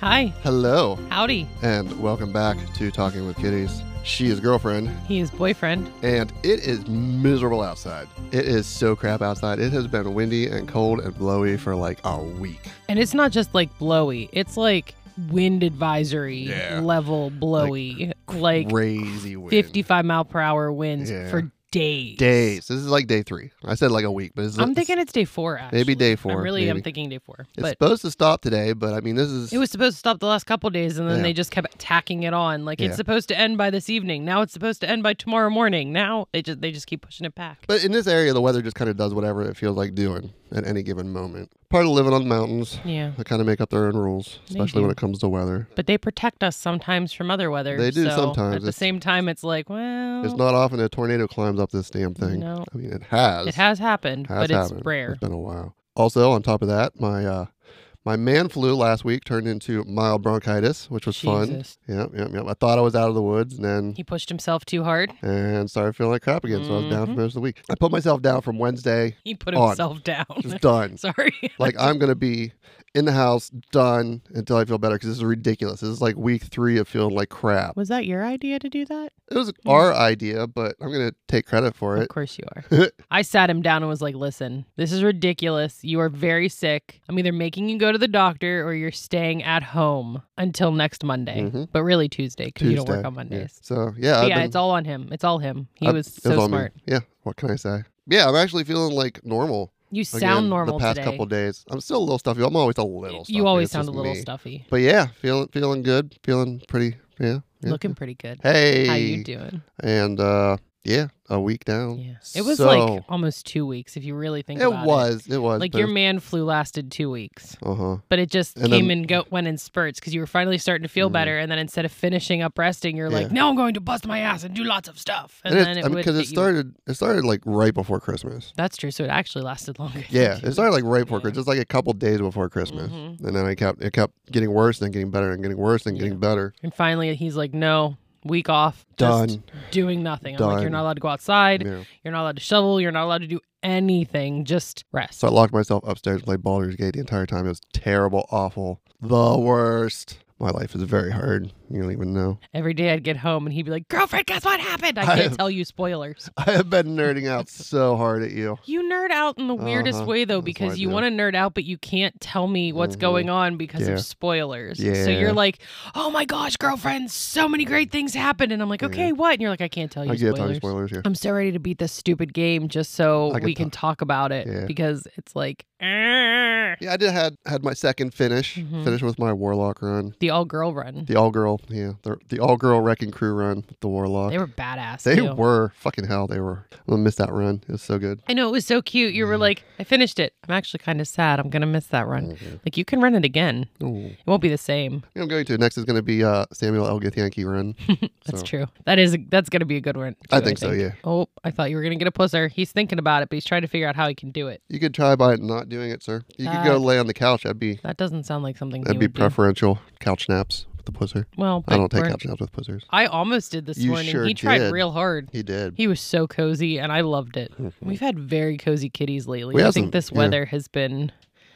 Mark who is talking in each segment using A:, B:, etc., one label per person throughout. A: Hi.
B: Hello,
A: Howdy.
B: and welcome back to Talking with Kitties. She is girlfriend,
A: He is boyfriend.
B: and it is miserable outside. It is so crap outside. It has been windy and cold and blowy for like a week.
A: And it's not just like blowy, it's like wind advisory
B: Yeah.
A: level blowy. Like,
B: Crazy wind.
A: 55 mile per hour winds
B: Yeah.
A: for days.
B: days. This is like day three. I said like a week, but it's,
A: I'm thinking it's day four, actually.
B: maybe day four.
A: I'm really
B: maybe.
A: am thinking day four.
B: it's
A: but
B: supposed to stop today, but I mean, this is
A: it was supposed to stop the last couple days and then
B: Yeah.
A: they just kept tacking it on. Like
B: Yeah.
A: it's supposed to end by this evening. Now it's supposed to end by tomorrow morning. Now they just they just keep pushing it back.
B: But in this area, the weather just kind of does whatever it feels like doing at any given moment. Part of living on the mountains,
A: yeah.
B: they kind of make up their own rules,
A: They
B: especially when
A: do.
B: it comes to weather.
A: But they protect us sometimes from other weather.
B: They
A: so
B: do sometimes.
A: At the
B: It's-
A: same time, it's like, well,
B: It's not often a tornado climbs up this damn thing.
A: No.
B: I mean, it has.
A: It has happened,
B: has
A: but
B: happened.
A: it's rare.
B: It's been a while. Also, on top of that, my uh, my man flu last week turned into mild bronchitis, which was fun.
A: Jesus.
B: Yep, yep, yep. I thought I was out of the woods, and then
A: He pushed himself too hard.
B: and started feeling like crap again. So I was down for
A: Mm-hmm.
B: most of the week. I put myself down from Wednesday.
A: He put
B: On.
A: himself down.
B: Just done.
A: Sorry.
B: like I'm gonna be in the house done until I feel better because this is ridiculous. This is like week three of feeling like crap.
A: Was that your idea to do that?
B: It was our idea, but I'm gonna take credit for
A: Of
B: it.
A: course you are. I sat him down and was like, listen, this is ridiculous. You are very sick. I'm either making you go to the doctor or you're staying at home until next Monday,
B: Mhm.
A: but really Tuesday because you don't
B: Tuesday.
A: work on
B: Yeah.
A: Mondays.
B: So yeah,
A: But
B: I've
A: yeah,
B: been-
A: it's all on him. It's all him. He
B: I've-
A: was
B: it was
A: so
B: on me.
A: smart.
B: Yeah, what can I say? Yeah, I'm actually feeling like normal.
A: You
B: again
A: sound normal
B: The past
A: today.
B: couple days, I'm still a little stuffy. I'm always a little. stuffy.
A: you always
B: It's
A: sound a
B: just
A: little
B: me.
A: stuffy.
B: But yeah, feeling feeling good, feeling pretty. Yeah, yeah.
A: Looking pretty good.
B: Hey,
A: How you doing?
B: And uh, yeah, a week down.
A: Yeah. It was
B: So-
A: like almost two weeks if you really think
B: It
A: about
B: was, it was.
A: Like your man flu lasted two weeks,
B: uh huh.
A: but it just
B: And
A: came
B: then-
A: and go went in spurts because you were finally starting to feel
B: Mhm.
A: better, and then instead of finishing up resting, you're like,
B: Yeah.
A: now I'm going to bust my ass and do lots of stuff, and,
B: And
A: then
B: it's
A: it
B: I mean,
A: would
B: because it
A: hit you.
B: started, it started like right before Christmas.
A: That's true. So it actually lasted longer. than
B: Yeah,
A: two
B: it started like
A: weeks.
B: right before
A: Yeah.
B: Christmas, just like a couple days before Christmas,
A: Mhm.
B: and then I kept it kept getting worse, then getting better, and getting worse, and getting
A: Yeah.
B: better.
A: And finally, he's like, no, week off, just
B: Done.
A: doing nothing. I'm like, you're
B: Done.
A: not allowed to go outside.
B: Yeah.
A: You're not allowed to shovel. You're not allowed to do anything. Just rest.
B: So I locked myself upstairs and played Baldur's Gate the entire time. It was terrible, awful, the worst. My life is very hard. You don't even know.
A: Every day I'd get home and he'd be like, girlfriend, guess what happened? I
B: I
A: can't
B: have-
A: tell you spoilers.
B: I have been nerding out so hard at you.
A: You nerd out in the weirdest
B: Uh-huh.
A: way though,
B: That's what I
A: because you
B: do.
A: want to nerd out, but you can't tell me what's
B: Mhm.
A: going on because
B: Yeah.
A: of spoilers. So
B: Yeah.
A: you're like, "Oh my gosh, girlfriend, so many great things happened," and I'm like,
B: Yeah.
A: "Okay, what?" And you're like, "I can't tell Oh, you
B: I can't
A: spoilers." Um,
B: tell you spoilers here.
A: I'm so ready to beat this stupid game just so
B: I can
A: we can talk about it
B: Yeah.
A: because it's like "Arr."
B: Yeah, I did had had my second finish.
A: Mhm.
B: Finished with my Warlock run.
A: the all girl run.
B: The all girl, yeah, the, the all girl wrecking crew run. with The Warlock.
A: They were badass.
B: They
A: too.
B: were fucking hell. They were. I'm gonna miss that run. It was so good.
A: I know it was so cute. You were
B: Mm-hmm.
A: like, "I finished it. I'm actually kind of sad. I'm gonna miss that run."
B: Mm-hmm.
A: Like you can run it again.
B: Ooh.
A: It won't be the same.
B: I'm going to next is going to be uh, Samuel L. Githyanki run.
A: That's
B: So-
A: true. That is that's gonna be a good one.
B: I
A: too,
B: think so. Yeah,
A: Oh, I thought you were gonna get a pusser. He's thinking about it, but he's trying to figure out how he can do it.
B: you could try by not doing it, sir. You could
A: Uh,
B: go lay on the couch. That'd be
A: That doesn't sound like something.
B: that'd
A: he
B: be
A: would do.
B: preferential. Couch naps with the pusser.
A: Well,
B: I don't take
A: we're-
B: couch naps with pussers.
A: I almost did this
B: You
A: morning.
B: sure
A: he tried
B: did.
A: real hard.
B: He did.
A: He was so cozy, and I loved it. We've had very cozy kitties lately.
B: Mm-hmm. We
A: I
B: have
A: think
B: some-
A: this
B: yeah.
A: weather has been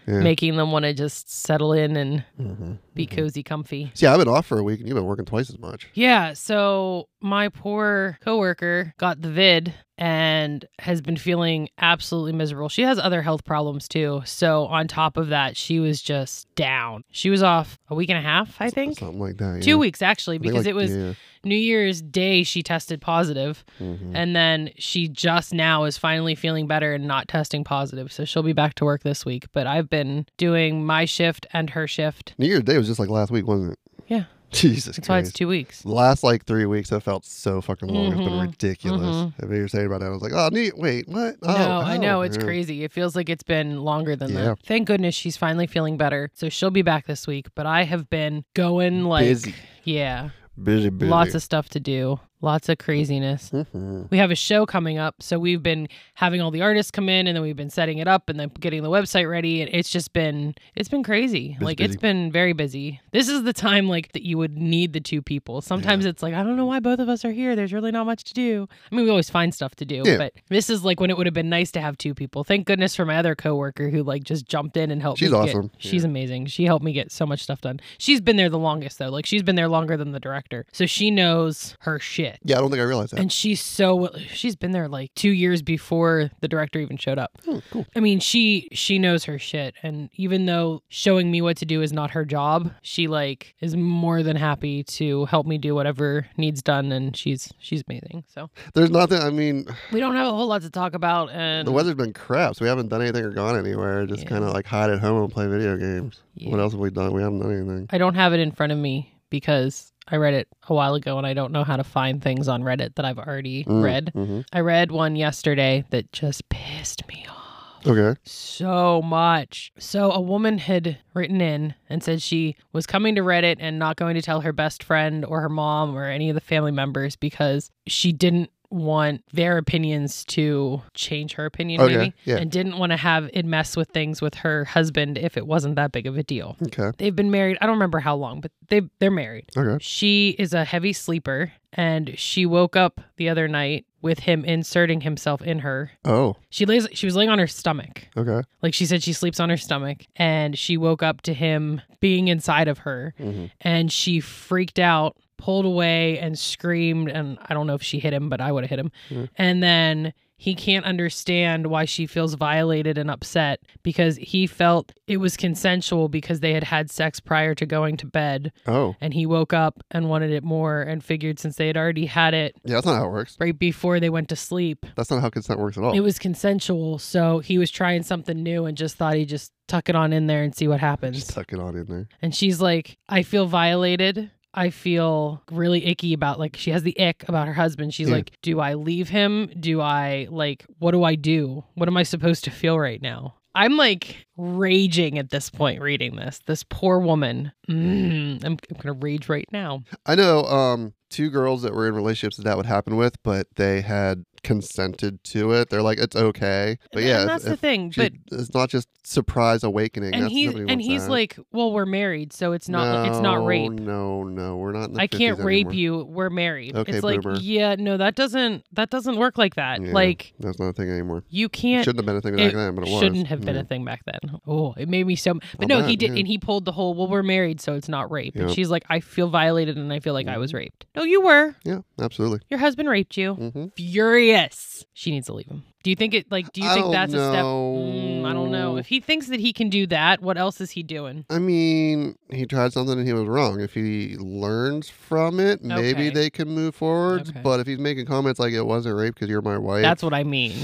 B: Yeah.
A: making them want to just settle in and
B: hmm
A: be cozy, comfy.
B: See, I've been off for a week, and you've been working twice as much.
A: Yeah, so my poor coworker got the vid and has been feeling absolutely miserable. She has other health problems too. So on top of that, she was just down. She was off a week and a half, I think.
B: something like that. yeah.
A: Two weeks actually
B: I think
A: because
B: like-
A: it was
B: yeah.
A: New Year's Day she tested positive
B: Mhm.
A: and then she just now is finally feeling better and not testing positive. So she'll be back to work this week, but I've been doing my shift and her shift.
B: New Year's Day was just like last week, wasn't it?
A: Yeah.
B: Jesus
A: That's why it's
B: Christ.
A: 2 weeks.
B: The last like three weeks have felt so fucking long. It's been
A: Mhm.
B: ridiculous.
A: Mhm.
B: I mean, you're saying about that. I was like, oh, neat. Wait, what? Oh,
A: no, I
B: oh,
A: know it's
B: yeah.
A: crazy. It feels like it's been longer than
B: Yeah.
A: that. Thank goodness she's finally feeling better, so she'll be back this week. But I have been going like,
B: Busy.
A: yeah,
B: Busy, busy.
A: lots of stuff to do, Lots of craziness.
B: Mhm.
A: We have a show coming up, so we've been having all the artists come in, and then we've been setting it up, and then getting the website ready. And it's just been it's been crazy. like it's
B: busy.
A: been very busy. This is the time like that you would need the two people. Sometimes it's like I don't know why both of us are here. There's really not much to do. I mean, we always find stuff to do,
B: Yeah.
A: but this is like when it would have been nice to have two people. Thank goodness for my other coworker who like just jumped in and helped.
B: She's
A: me get-
B: awesome.
A: she's amazing. She helped me get so much stuff done. She's been there the longest though. Like she's been there longer than the director, so she knows her shit.
B: Yeah, I don't think I realized that.
A: And she's so she's been there like two years before the director even showed up.
B: Oh, cool.
A: I mean, she she knows her shit, and even though showing me what to do is not her job, she like is more than happy to help me do whatever needs done, and she's she's amazing. So
B: There's nothing. I mean,
A: we don't have a whole lot to talk about, and
B: the weather's been crap, so we haven't done anything or gone anywhere. Just
A: Yeah.
B: kind of like hide at home and play video games.
A: Yeah.
B: What else have we done? We haven't done anything.
A: I don't have it in front of me because I read it a while ago, and I don't know how to find things on Reddit that I've already
B: Mm,
A: read.
B: mhm.
A: I read one yesterday that just pissed me off.
B: Okay.
A: so much. So, a woman had written in and said she was coming to Reddit and not going to tell her best friend or her mom or any of the family members because she didn't want their opinions to change her opinion,
B: Okay,
A: maybe,
B: yeah.
A: and didn't want to have it mess with things with her husband if it wasn't that big of a deal.
B: Okay.
A: They've been married, I don't remember how long, but they they're married.
B: Okay.
A: She is a heavy sleeper and she woke up the other night with him inserting himself in her.
B: Oh.
A: She lays she was laying on her stomach
B: Okay.
A: like she said, she sleeps on her stomach and she woke up to him being inside of her
B: Mhm.
A: and she freaked out, pulled away, and screamed. And I don't know if she hit him, but I would have hit him.
B: Mm.
A: And then he can't understand why she feels violated and upset because he felt it was consensual because they had had sex prior to going to bed.
B: Oh.
A: And he woke up and wanted it more and figured since they had already had it
B: Yeah, that's not how it works.
A: right before they went to sleep,
B: That's not how consent works at all.
A: it was consensual, so he was trying something new and just thought he'd just tuck it on in there and see what
B: Just
A: happens.
B: tuck it on in there.
A: And she's like, I feel violated. I feel really icky about like she has the ick about her husband. She's
B: Yeah.
A: like, Do I leave him? Do I like what do I do? What am I supposed to feel right now? I'm like raging at this point reading this. This poor woman. Mm, I'm, I'm gonna rage right now.
B: I know um, two girls that were in relationships that that would happen with, but they had consented to it. They're like, it's okay. But
A: and
B: yeah, if-
A: that's the
B: if
A: thing.
B: she-
A: But
B: it's not just surprise awakening.
A: and
B: that's,
A: he's
B: nobody
A: and
B: wants
A: he's
B: that.
A: like, well, we're married, so it's not it's not
B: No,
A: rape.
B: No, no, we're not. In the
A: I can't
B: 50s
A: rape
B: anymore.
A: you. We're married.
B: Okay,
A: it's like,
B: boomer.
A: yeah, no, that doesn't that doesn't work like that.
B: Yeah,
A: Like
B: that's not a thing anymore.
A: you
B: It
A: can't
B: shouldn't have been a thing back
A: it
B: then, but it was.
A: shouldn't have been
B: Yeah.
A: a thing back then. Oh, it made me so But
B: I'll
A: no, he
B: bet,
A: did
B: yeah.
A: and he pulled the whole well, we're married, so it's not rape. And
B: Yeah.
A: she's like, I feel violated and I feel like I
B: Mm-hmm.
A: was raped. No, you were.
B: Yeah, absolutely.
A: Your husband raped you.
B: hmm
A: Furious. She needs to leave him. Do you think it like do you
B: I
A: think
B: don't
A: that's a step?
B: know.
A: Mm, I don't know. If he thinks that he can do that, what else is he doing?
B: I mean, he tried something and he was wrong. If he learns from it, maybe
A: Okay.
B: they can move forward.
A: Okay.
B: But if he's making comments like it wasn't rape because you're my wife,
A: That's what I mean.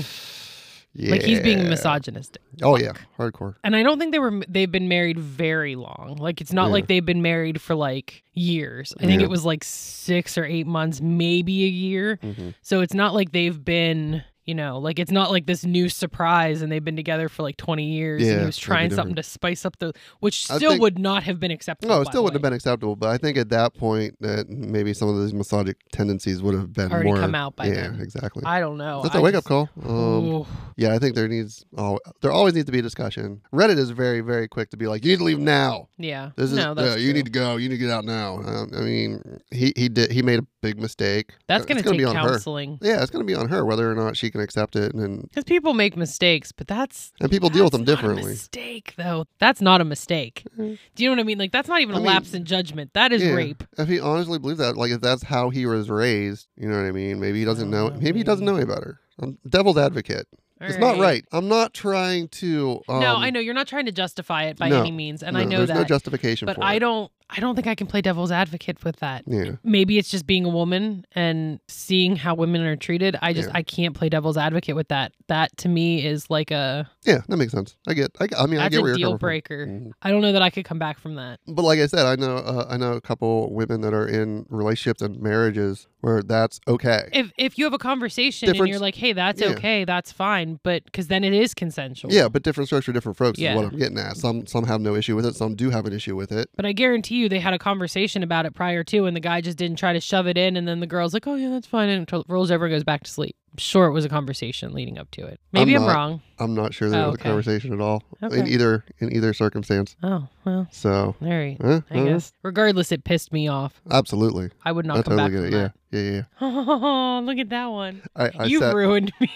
B: yeah.
A: Like he's being misogynistic.
B: Oh yeah, hardcore.
A: and I don't think they were they've been married very long. Like it's not
B: Yeah.
A: like they've been married for like years. I think
B: Yeah.
A: it was like 6 or 8 months, maybe a year.
B: hmm
A: So it's not like they've been, you know, like it's not like this new surprise and they've been together for like 20 years and
B: Yeah,
A: he was
B: that'd be
A: trying something to spice up the which
B: I
A: still
B: think-
A: would not have been acceptable.
B: No, it still wouldn't have been acceptable. But I think at that point that maybe some of those misogynistic tendencies would have been
A: already
B: more.
A: come out by
B: yeah,
A: then.
B: exactly.
A: I don't know.
B: That's
A: I
B: a wake
A: just-
B: up call. Um,
A: Oof.
B: Yeah, I think there needs al there always needs to be a discussion. Reddit is very very quick to be like, you need to leave now.
A: yeah.
B: This is
A: no,
B: yeah,
A: that's
B: you
A: true.
B: need to go. You need to get out now. Um, I mean, he he did he made a big mistake. Uh,
A: That's
B: It's
A: going to
B: gonna
A: take
B: be on her.
A: counseling.
B: Yeah, it's going to be on her whether or not she can accept it, and and,
A: Cuz people make mistakes, but that's
B: and people deal with them
A: That's not a
B: differently.
A: mistake, though. That's not a mistake.
B: Mhm.
A: Do you know what I mean? Like that's not even a
B: I mean,
A: lapse in judgment. That is
B: yeah.
A: rape.
B: If he honestly believes that, like if that's how he was raised, you know what I mean? Maybe he doesn't
A: don't
B: know.
A: know,
B: Maybe he doesn't know
A: Oh, maybe.
B: any better. I'm devil's advocate. it's not right. I'm not trying to. Um,
A: no, I know you're not trying to justify it by
B: no,
A: any means, and I
B: no,
A: know
B: there's no
A: that.
B: justification
A: but
B: for
A: I
B: it.
A: don't. I don't think I can play devil's advocate with that.
B: Yeah.
A: Maybe it's just being a woman and seeing how women are treated. I just
B: Yeah.
A: I can't play devil's advocate with that. That to me is like a
B: Yeah, that makes sense. I get. I, I mean, I
A: that's
B: get
A: a
B: where you're
A: deal
B: coming from.
A: breaker.
B: Mhm.
A: I don't know that I could come back from that.
B: But like I said, I know uh, I know a couple women that are in relationships and marriages where that's okay.
A: If if you have a conversation and
B: Difference-
A: you're like, hey, that's
B: Yeah.
A: okay, that's fine, but because then it is consensual.
B: yeah, but different strokes for different folks
A: Oh. Yeah.
B: is what I'm getting at. Some some have no issue with it. Some do have an issue with it.
A: But I guarantee you, they had a conversation about it prior to, and the guy just didn't try to shove it in. And then the girl's like, oh, yeah, that's fine. And t- rolls over and goes back to sleep. I'm sure it was a conversation leading up to it. Maybe I'm,
B: not-
A: wrong.
B: I'm not sure there
A: Oh,
B: was
A: okay.
B: a conversation at all in
A: Okay.
B: either in either circumstance.
A: Oh, well,
B: So,
A: all right.
B: eh,
A: I
B: eh,
A: guess. Regardless, it pissed me off.
B: absolutely,
A: I would not
B: I
A: come
B: totally
A: back
B: get
A: from
B: it.
A: that.
B: Yeah, yeah, yeah.
A: Oh, look at that one.
B: I, I
A: You've
B: sat,
A: ruined me.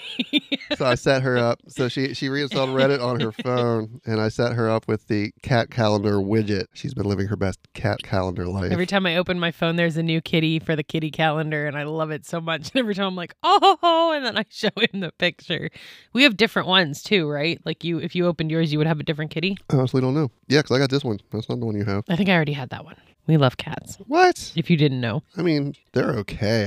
B: so I set her up. So she she reinstalled Reddit on her phone, and I set her up with the cat calendar widget. She's been living her best cat calendar life.
A: Every time I open my phone, there's a new kitty for the kitty calendar, and I love it so much. And every time I'm like, oh, and then I show him the picture. We have different ones too, right? Like you, if you opened yours, you would have a different kitty.
B: I honestly don't know. Yeah, because I got this one. That's not the one you have.
A: I think I already had that one. We love cats.
B: What?
A: If you didn't know,
B: I mean, they're okay,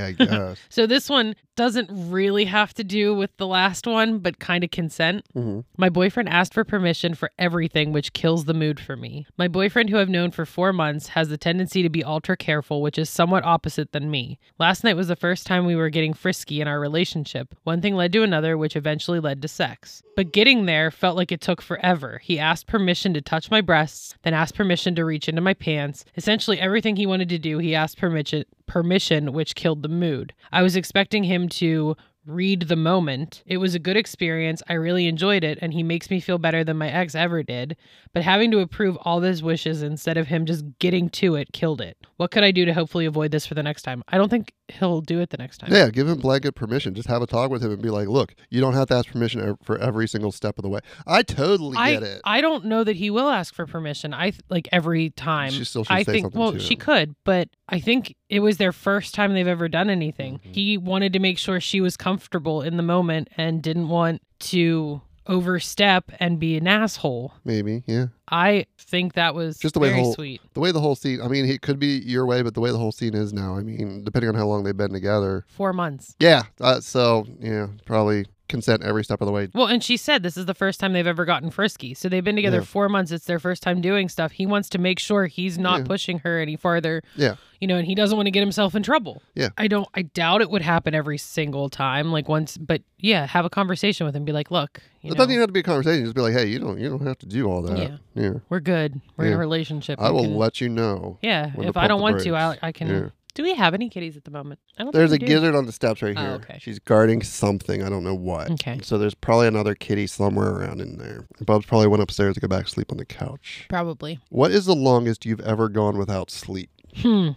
B: I guess.
A: so this one doesn't really have to do with the last one, but kind of consent.
B: Mhm.
A: My boyfriend asked for permission for everything, which kills the mood for me. My boyfriend, who I've known for four months, has the tendency to be ultra careful, which is somewhat opposite than me. Last night was the first time we were getting frisky in our relationship. One thing led to another, which eventually led to sex. But getting there felt like it took forever. He asked permission to touch my breasts, then asked permission to reach into my pants. Essentially, everything he wanted to do, he asked permission, permission which killed the mood. I was expecting him to read the moment. It was a good experience. I really enjoyed it, and he makes me feel better than my ex ever did. But having to approve all his wishes instead of him just getting to it killed it. What could I do to hopefully avoid this for the next time? I don't think he'll do it the next time.
B: Yeah, give him blanket permission. Just have a talk with him and be like, look, you don't have to ask permission ev- for every single step of the way. I totally
A: I,
B: get it.
A: I don't know that he will ask for permission. I th- like every time.
B: She still should
A: I
B: say
A: think
B: something
A: well
B: to
A: she
B: him.
A: could, but I think it was their first time they've ever done anything.
B: Mhm.
A: He wanted to make sure she was comfortable in the moment and didn't want to overstep and be an asshole.
B: Maybe, yeah.
A: I think that was
B: Just the way
A: very
B: whole-
A: sweet.
B: The way the whole scene, I mean, it could be your way, but the way the whole scene is now, I mean, depending on how long they've been together.
A: Four months.
B: Yeah, uh, so, yeah, probably consent every step of the way.
A: Well, and she said this is the first time they've ever gotten frisky. So they've been together
B: Yeah.
A: four months. It's their first time doing stuff. He wants to make sure he's not
B: Yeah.
A: pushing her any farther.
B: Yeah.
A: You know, and he doesn't want to get himself in trouble.
B: Yeah.
A: I don't, I doubt it would happen every single time. Like once, but yeah, have a conversation with him. Be like, look, you
B: It
A: know,
B: doesn't even have to be a conversation. Just be like, hey, you don't, you don't have to do all that. Yeah,
A: we're good. We're in a
B: Yeah.
A: relationship.
B: I
A: You
B: will
A: can-
B: let you know.
A: yeah.
B: when to
A: If I
B: pump
A: don't
B: the
A: want to, I,
B: brakes.
A: I can.
B: Yeah.
A: Do we have any kitties at the moment? I don't
B: There's a
A: think we do.
B: gizzard on the steps right
A: Oh,
B: here.
A: okay.
B: She's guarding something. I don't know what.
A: Okay.
B: So there's probably another kitty somewhere around in there. Bub's probably went upstairs to go back to sleep on the couch.
A: Probably.
B: What is the longest you've ever gone without sleep?
A: Hmm.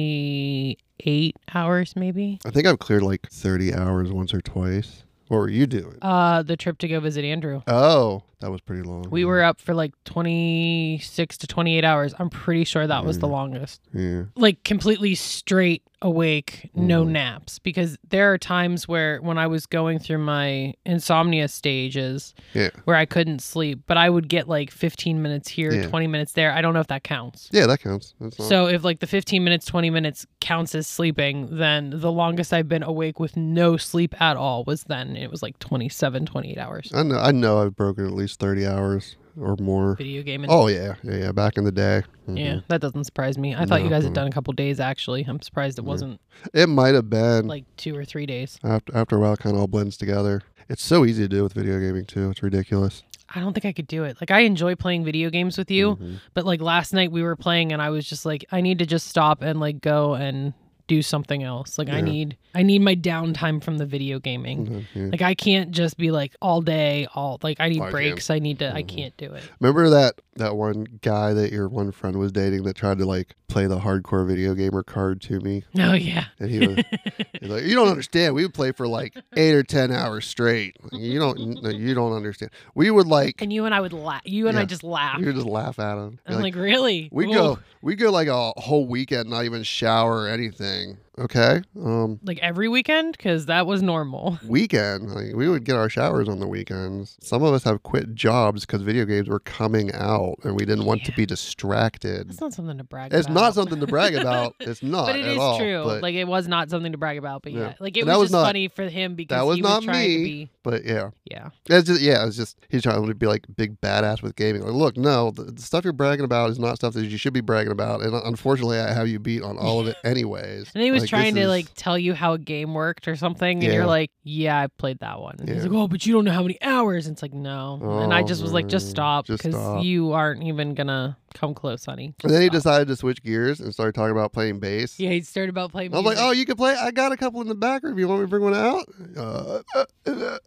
A: 28 hours, maybe.
B: I think I've cleared like 30 hours once or twice. What were you doing?
A: Uh, the trip to go visit Andrew.
B: oh, that was pretty long.
A: We were up for like 26 to 28 hours. I'm pretty sure that was the
B: Mm.
A: longest.
B: Yeah.
A: Like completely straight awake, no
B: Mm.
A: naps. Because there are times where when I was going through my insomnia stages
B: Yeah.
A: where I couldn't sleep, but I would get like 15 minutes here,
B: Yeah.
A: 20 minutes there. I don't know if that counts.
B: Yeah, that counts. That's long.
A: So if like the 15 minutes, 20 minutes counts as sleeping, then the longest I've been awake with no sleep at all was then. It was like 27, 28 hours.
B: I know I know I've broken at least 30 hours or more.
A: Video game and
B: Oh yeah. Yeah, yeah, back in the day.
A: Yeah,
B: Mhm.
A: that doesn't surprise me. I thought you
B: No,
A: guys had
B: mm.
A: done a couple days actually. I'm surprised
B: Mm-hmm.
A: it wasn't
B: It might have been
A: like two or three days.
B: after, after a while it kind of all blends together. It's so easy to do with video gaming too. It's ridiculous.
A: I don't think I could do it. Like I enjoy playing video games with you,
B: Mhm.
A: but like last night we were playing and I was just like I need to just stop and like go and do something else. Like I
B: Yeah.
A: need I need my downtime from the video gaming.
B: Mhm, yeah.
A: Like I can't just be like all day all like I need
B: I can.
A: breaks. I need to I
B: Mhm.
A: can't do it.
B: Remember that that one guy that your one friend was dating that tried to like play the hardcore video gamer card to me,
A: Oh yeah.
B: and he was he's like, "You don't understand. We would play for like eight or ten hours straight. You don't. No, you don't understand. We would like.
A: And you and I would laugh. You and I
B: Yeah.
A: just laugh.
B: You would just laugh at him. Be
A: I'm like, really?
B: we
A: Well,
B: go. We go like a whole weekend, not even shower or anything. Okay. Um,
A: like every weekend because that was normal.
B: weekend. Like we would get our showers on the weekends. Some of us have quit jobs because video games were coming out, and we didn't want to
A: Yeah.
B: be distracted.
A: That's not something to brag.
B: It's
A: about.
B: not something to brag about. It's not.
A: but it
B: at
A: is
B: all,
A: true.
B: But,
A: like it was not something to brag about, but yeah,
B: Yeah.
A: like it
B: And
A: was,
B: that was
A: just
B: not-
A: funny for him because
B: was
A: he was
B: not
A: trying to
B: me.
A: be.
B: but yeah,
A: Yeah,
B: it's just yeah. It's just he's trying to be like big badass with gaming. Like, look, no, the, the stuff you're bragging about is not stuff that you should be bragging about. And unfortunately, I have you beat on all of it, anyways.
A: and he was
B: Like,
A: trying to
B: this is-
A: like tell you how a game worked or something, and
B: Yeah.
A: you're like, "Yeah, I played that one." And He's
B: Yeah.
A: like, "Oh, but you don't know how many hours." And it's like, "No," and I
B: Oh,
A: just was like, "Just
B: man.
A: stop,
B: Just
A: because
B: stop.
A: you aren't even gonna come close, honey.
B: And then he
A: Stop.
B: decided to switch gears and started talking about playing bass.
A: Yeah, he started about playing.
B: I was like,
A: music.
B: "Oh, you can play. I got a couple in the back room. You want me to bring one out?" Uh, uh, uh, uh, uh,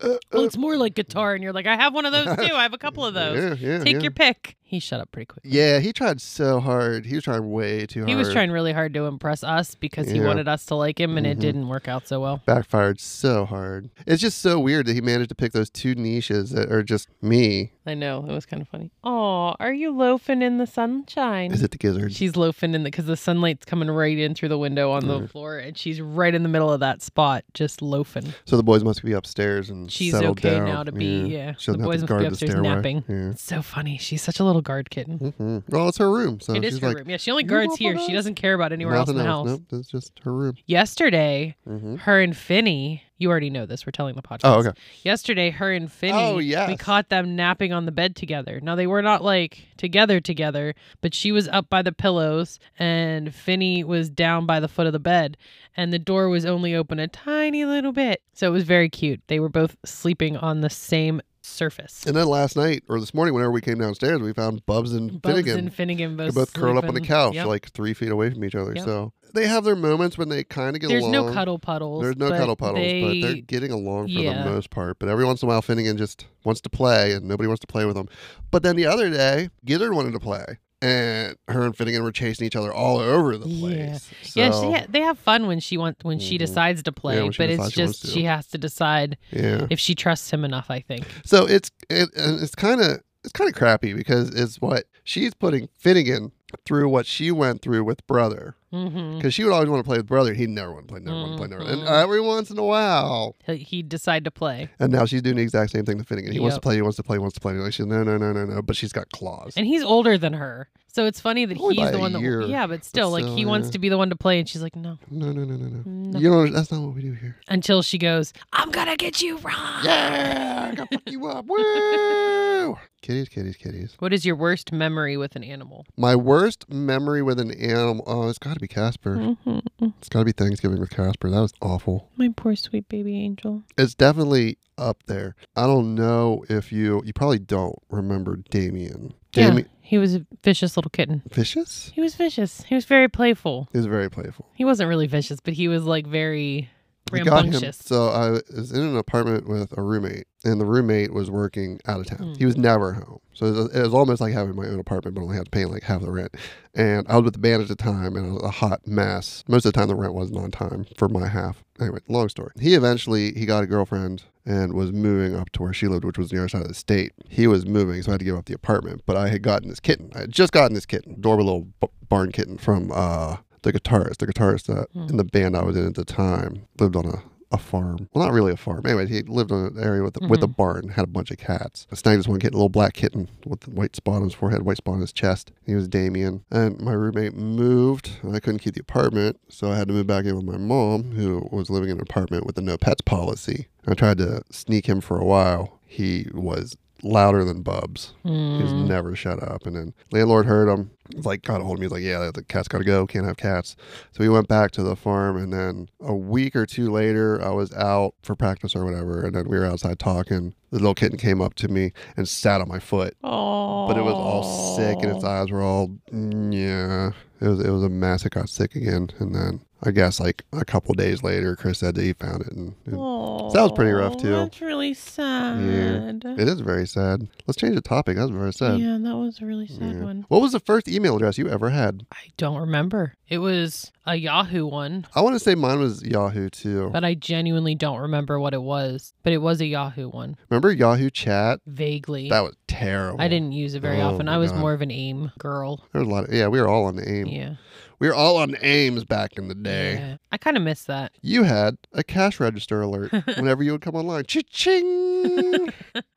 A: well, "Oh, it's more like guitar, and you're like, I have one of those too. I have a couple of those.
B: Yeah, yeah,
A: Take
B: yeah.
A: your pick. He shut up pretty quick.
B: Yeah, he tried so hard. He was trying way too hard.
A: He was trying really hard to impress us because he
B: Yeah.
A: wanted us to like him, and it
B: Mhm.
A: didn't work out so well.
B: Backfired so hard. It's just so weird that he managed to pick those two niches that are just me.
A: I know it was kind of funny. Oh, are you loafing in the sunshine?
B: Is it the gizzard?
A: She's loafing in the because the sunlight's coming right in through the window on
B: Mm.
A: the floor, and she's right in the middle of that spot, just loafing.
B: So the boys must be upstairs and
A: She's
B: settled
A: okay
B: down.
A: now to be- yeah.
B: She doesn't
A: The
B: have
A: boys must
B: to
A: be
B: guard
A: upstairs
B: the stairway.
A: napping.
B: Yeah.
A: It's so funny. She's such a little guard kitten.
B: hmm Well, it's her room, so
A: It
B: she's
A: is her
B: like
A: room. Yeah, she only
B: "You
A: guards
B: up
A: here.
B: on
A: She
B: us?"
A: doesn't care about anywhere else in
B: nothing
A: the house.
B: Nope, it's just her room.
A: Yesterday,
B: hmm
A: her and Finny, you already know this. We're telling the podcast.
B: Oh, okay.
A: Yesterday, her and Finny,
B: Oh, yes.
A: we caught them napping on the bed together. Now, they were not like together, together, but she was up by the pillows and Finny was down by the foot of the bed. And the door was only open a tiny little bit. So it was very cute. They were both sleeping on the same surface.
B: And then last night or this morning, whenever we came downstairs, we found Bubs and
A: Bubs
B: Finnegan.
A: and Finnegan
B: They're
A: both,
B: both curled up on the
A: sleeping.
B: couch,
A: Yep.
B: like three feet away from each other.
A: Yep.
B: So they have their moments when they kind of get
A: There's
B: along.
A: no cuddle puddles.
B: There's no
A: but
B: cuddle puddles,
A: they-
B: but they're getting along for
A: yeah.
B: the most part. But every once in a while, Finnegan just wants to play, and nobody wants to play with him. But then the other day, Gizzard wanted to play, and her and Finnegan were chasing each other all over the
A: Yeah.
B: place. So,
A: Yeah, she ha- they have fun when she wants when she
B: Mhm.
A: decides to play,
B: when she
A: but
B: decides
A: it's
B: she wants
A: just
B: to.
A: she has to decide
B: yeah.
A: if she trusts him enough. I think.
B: So it's it, and it's kind of it's kind of crappy because it's what she's putting Finnegan through what she went through with brother
A: hmm
B: because she would always want to play with brother. He never want to play, never want to play, never. And
A: Mhm.
B: every once in a while,
A: He he'd decide to play,
B: and now she's doing the exact same thing to Finnegan. He wants to
A: Yep.
B: play, he wants to play, he wants to play. Like she's no, no, no, no, no. But she's got claws.
A: and he's older than her, so it's funny that
B: Only by
A: he's the
B: a
A: one that.
B: year,
A: Yeah, but still, like
B: still,
A: he wants
B: yeah.
A: to be the one to play, and she's like, no,
B: No, no, no, no, no.
A: no.
B: You know that's not what we do here.
A: Until she goes, I'm gonna get you wrong.
B: Yeah, I'm gonna fuck you up. Woo! Kitties, kitties, kitties.
A: What is your worst memory with an animal?
B: My worst memory with an animal. Oh, it's got to be Casper.
A: Mm.
B: It's got to be Thanksgiving with Casper. That was awful.
A: Mm-hmm. My poor sweet baby angel.
B: It's definitely up there. I don't know if you you probably don't remember Damien.
A: yeah,
B: Damien
A: he was a vicious little kitten.
B: vicious.
A: He was vicious. He was very playful.
B: He was very playful.
A: He wasn't really vicious, but he was like very
B: We got
A: rambunctious.
B: him. So I was in an apartment with a roommate, and the roommate was working out of town.
A: Mm.
B: He was never home. So it was, it was almost like having my own apartment, but only had to pay like half the rent. And I was with the band at the time, and it was a hot mess. Most of the time, the rent wasn't on time for my half. Anyway, long story. He eventually he got a girlfriend and was moving up to where she lived, which was the other side of the state. He was moving, so I had to give up the apartment. But I had gotten this kitten. I had just gotten this kitten, adorable little b- barn kitten from uh, the guitarist. The guitarist that
A: Hmm.
B: in the band I was in at the time lived on a a farm. Well, not really a farm. Anyway, he lived on an area with with a barn, had a bunch of cats. I snagged this one kitten, a little black kitten with the white spot on his forehead, white spot on his chest. He was Damien. And my roommate moved, and I couldn't keep the apartment, so I had to move back in with my mom, who was living in an apartment with a no pets policy. I tried to sneak him for a while. He was louder than Bubs. He was
A: Mm.
B: never shut up. And then landlord heard him, was like got a hold of me, was like, Yeah, the cat's gotta go, can't have cats. So we went back to the farm and then a week or two later I was out for practice or whatever, and then we were outside talking. The little kitten came up to me and sat on my foot.
A: Oh.
B: But it was all sick and its eyes were all mm, yeah. It was it was a mess. It got sick again and then I guess like a couple days later Chris said that he found it and, and That was pretty rough, too.
A: That's really sad.
B: it is very sad. Let's change the topic. That's very sad.
A: Yeah, that was a really sad
B: Yeah.
A: one.
B: What was the first email address you ever had?
A: I don't remember. It was a Yahoo one,
B: I want to say mine was Yahoo too.
A: but I genuinely don't remember what it was. But it was a Yahoo one,
B: Remember Yahoo Chat?
A: vaguely.
B: That was terrible.
A: I didn't use it very
B: Oh
A: often.
B: my
A: I was
B: God.
A: more of an AIM girl.
B: There was a lot of yeah. We were all on the AIM.
A: Yeah.
B: We were all on AIMs back in the day.
A: yeah. I kind of miss that.
B: You had a cash register alert whenever you would come online. Cha-ching!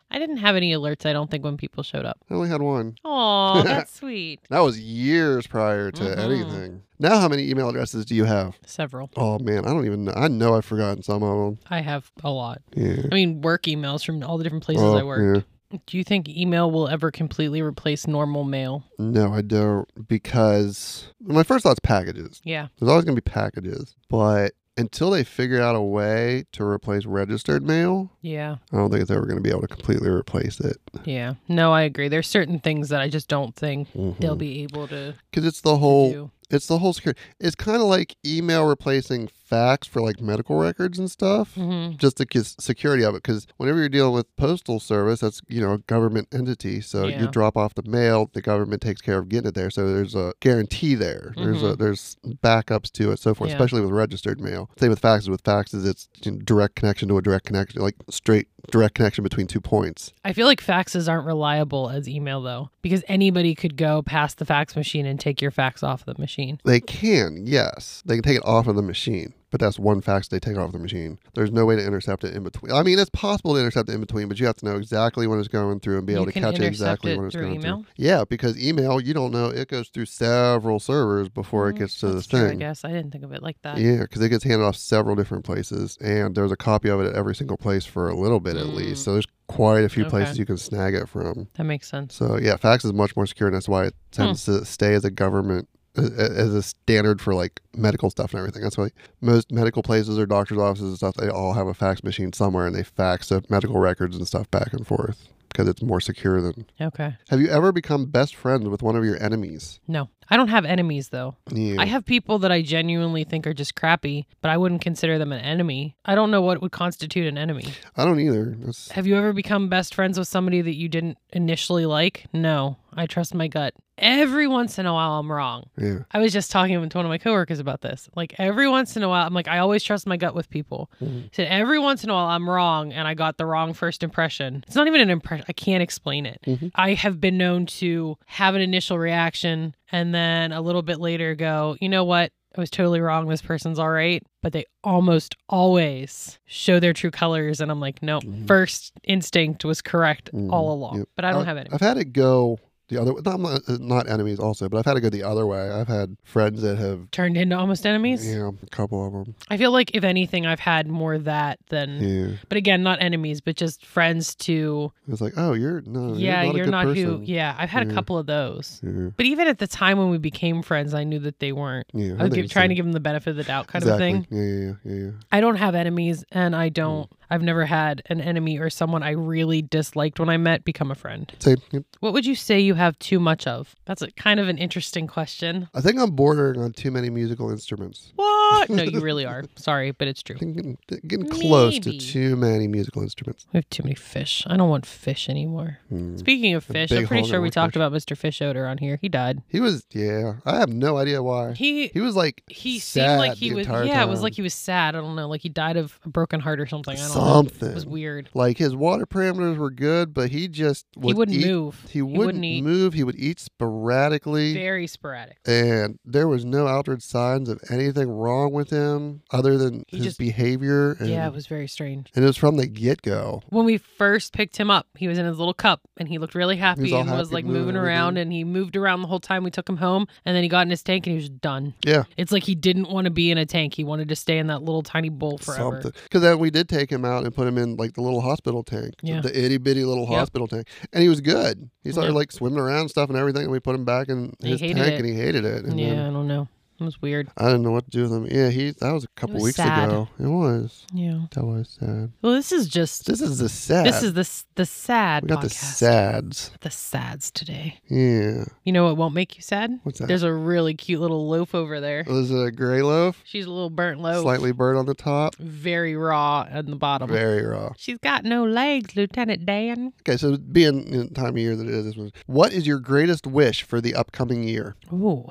A: I didn't have any alerts, I don't think, when people showed up.
B: I only had one.
A: Oh, that's sweet.
B: That was years prior to
A: Mhm.
B: anything. Now, how many email addresses do you have?
A: Several.
B: Oh man, I don't even know. I know I've forgotten some of them.
A: I have a lot.
B: Yeah.
A: I mean, work emails from all the different places
B: Oh,
A: I worked. Do you think email will ever completely replace normal mail?
B: No, I don't because my first thought's packages.
A: Yeah.
B: There's always going to be packages, but until they figure out a way to replace registered mail,
A: Yeah.
B: I don't think it's ever going to be able to completely replace it.
A: Yeah. No, I agree. There's certain things that I just don't think they'll
B: Because
A: be able to
B: it's the whole,
A: do.
B: it's the whole security. It's kind of like email replacing fax for like medical records and stuff.
A: hmm
B: Just the kis- security of it, because whenever you're dealing with postal service, that's you know a government entity. So
A: Yeah.
B: you drop off the mail, the government takes care of getting it there. So there's a guarantee there. There's a,
A: Mhm.
B: there's backups to it, so forth.
A: Yeah.
B: Especially with registered mail. Same with faxes. With faxes, it's you know, direct connection to a direct connection, like straight direct connection between two points.
A: I feel like faxes aren't reliable as email though, because anybody could go past the fax machine and take your fax off the machine.
B: They can, yes. They can take it off of the machine, but that's one fax they take off the machine. There's no way to intercept it in between. I mean, it's possible to intercept it in between, but you have to know exactly when it's going through and be
A: You
B: able to
A: can
B: catch it
A: intercept
B: exactly
A: it
B: when it's
A: through
B: going
A: email?
B: through. Yeah, because email, you don't know. It goes through several servers before it
A: Mm,
B: gets to
A: that's
B: the
A: true, I
B: thing.
A: guess I didn't think of it like that.
B: Yeah, because it gets handed off several different places, and there's a copy of it at every single place for a little bit at
A: Mm.
B: least. So there's quite a few
A: Okay.
B: places you can snag it from.
A: That makes sense.
B: So yeah, fax is much more secure, and that's why it tends
A: Hmm.
B: to stay as a government a- a- as a standard for like medical stuff and everything. That's why most medical places or doctors' offices and stuff they all have a fax machine somewhere, and they fax up medical records and stuff back and forth because it's more secure than.
A: Okay.
B: Have you ever become best friends with one of your enemies?
A: No. I don't have enemies though.
B: Yeah.
A: I have people that I genuinely think are just crappy, but I wouldn't consider them an enemy. I don't know what would constitute an enemy.
B: I don't either. That's,
A: Have you ever become best friends with somebody that you didn't initially like? No. I trust my gut. Every once in a while I'm wrong.
B: yeah.
A: I was just talking with one of my coworkers about this. Like every once in a while, I'm like, I always trust my gut with people.
B: Mhm.
A: Said every once in a while, I'm wrong and I got the wrong first impression. It's not even an impression. I can't explain it.
B: Mhm.
A: I have been known to have an initial reaction and then a little bit later go, you know what? I was totally wrong. This person's all right. But they almost always show their true colors. And I'm like, no,
B: Mhm.
A: first instinct was correct
B: Mhm.
A: all along.
B: Yep.
A: But I don't
B: I-
A: have any.
B: I've had it go the other way. Not, my- not enemies also, but I've had it go the other way. I've had friends that have.
A: Turned into almost enemies.
B: Yeah, a couple of them.
A: I feel like if anything, I've had more that than
B: Yeah.
A: but again not enemies but just friends to
B: It's like, oh, you're no,
A: yeah
B: you're not,
A: you're
B: a good
A: not who
B: person.
A: yeah i've had a
B: Yeah.
A: couple of those
B: Yeah.
A: but even at the time when we became friends i knew that they weren't
B: Yeah,
A: i was give, trying to give them the benefit of the doubt kind of a thing
B: Yeah, yeah, yeah,
A: i don't have enemies and i don't
B: Mm.
A: i've never had an enemy or someone i really disliked when i met become a friend
B: Same. Yep.
A: what would you say you have too much of that's a, kind of an interesting question
B: I think I'm bordering on too many musical instruments.
A: what no you really are sorry but it's true
B: I think I'm getting, getting close to
A: Maybe.
B: too many musical instruments.
A: we have too many fish i don't want fish anymore
B: Hmm.
A: speaking of fish i'm
B: big
A: pretty
B: hog
A: sure
B: and
A: we
B: one
A: talked
B: fish.
A: about mr fish odor on here he died
B: He was, yeah. I have no idea why.
A: he
B: He was like,
A: he seemed
B: sad
A: like he
B: the
A: was yeah
B: entire
A: it was
B: time.
A: like he was sad i don't know like he died of a broken heart or something i don't know
B: something.
A: it was weird
B: Like his water parameters were good, but he just
A: he
B: would
A: wouldn't
B: eat-
A: move
B: He wouldn't,
A: eat.
B: move. He would eat sporadically.
A: very sporadic
B: and there was no outward signs of anything wrong with him other than
A: He
B: his
A: just-
B: behavior. And,
A: yeah it was very strange
B: and it was from the get go.
A: when we first picked him up he was in his little cup and he looked really happy
B: all
A: and was
B: happy,
A: like
B: moving
A: moving
B: and
A: around
B: everything.
A: and he moved around the whole time we took him home and then he got in his tank and he was done
B: Yeah.
A: it's like he didn't want to be in a tank he wanted to stay in that little tiny bowl forever
B: Something. Because then we did take him out and put him in like the little hospital tank,
A: Yeah.
B: the itty bitty little
A: Yep.
B: hospital tank. And he was good. He started
A: Yeah.
B: like swimming around and stuff and everything. And we put him back in
A: He
B: his
A: hated
B: tank
A: it.
B: and he hated it. And
A: yeah
B: then
A: i don't know it was weird
B: I didn't know what to do with him. Yeah, he that was a couple
A: was
B: weeks
A: sad.
B: ago. It was.
A: yeah
B: That was sad.
A: well this is just
B: This is the sad.
A: this is the s- the sad
B: we got
A: podcast
B: the sads.
A: the sads today.
B: Yeah.
A: You know what won't make you sad?
B: What's that?
A: There's a really cute little loaf over there.
B: was it a gray loaf?
A: She's a little burnt loaf.
B: Slightly burnt on the top.
A: Very raw on the bottom.
B: Very raw.
A: She's got no legs, Lieutenant Dan.
B: Okay, so being in the time of year that it is, this was, what is your greatest wish for the upcoming year?
A: Ooh.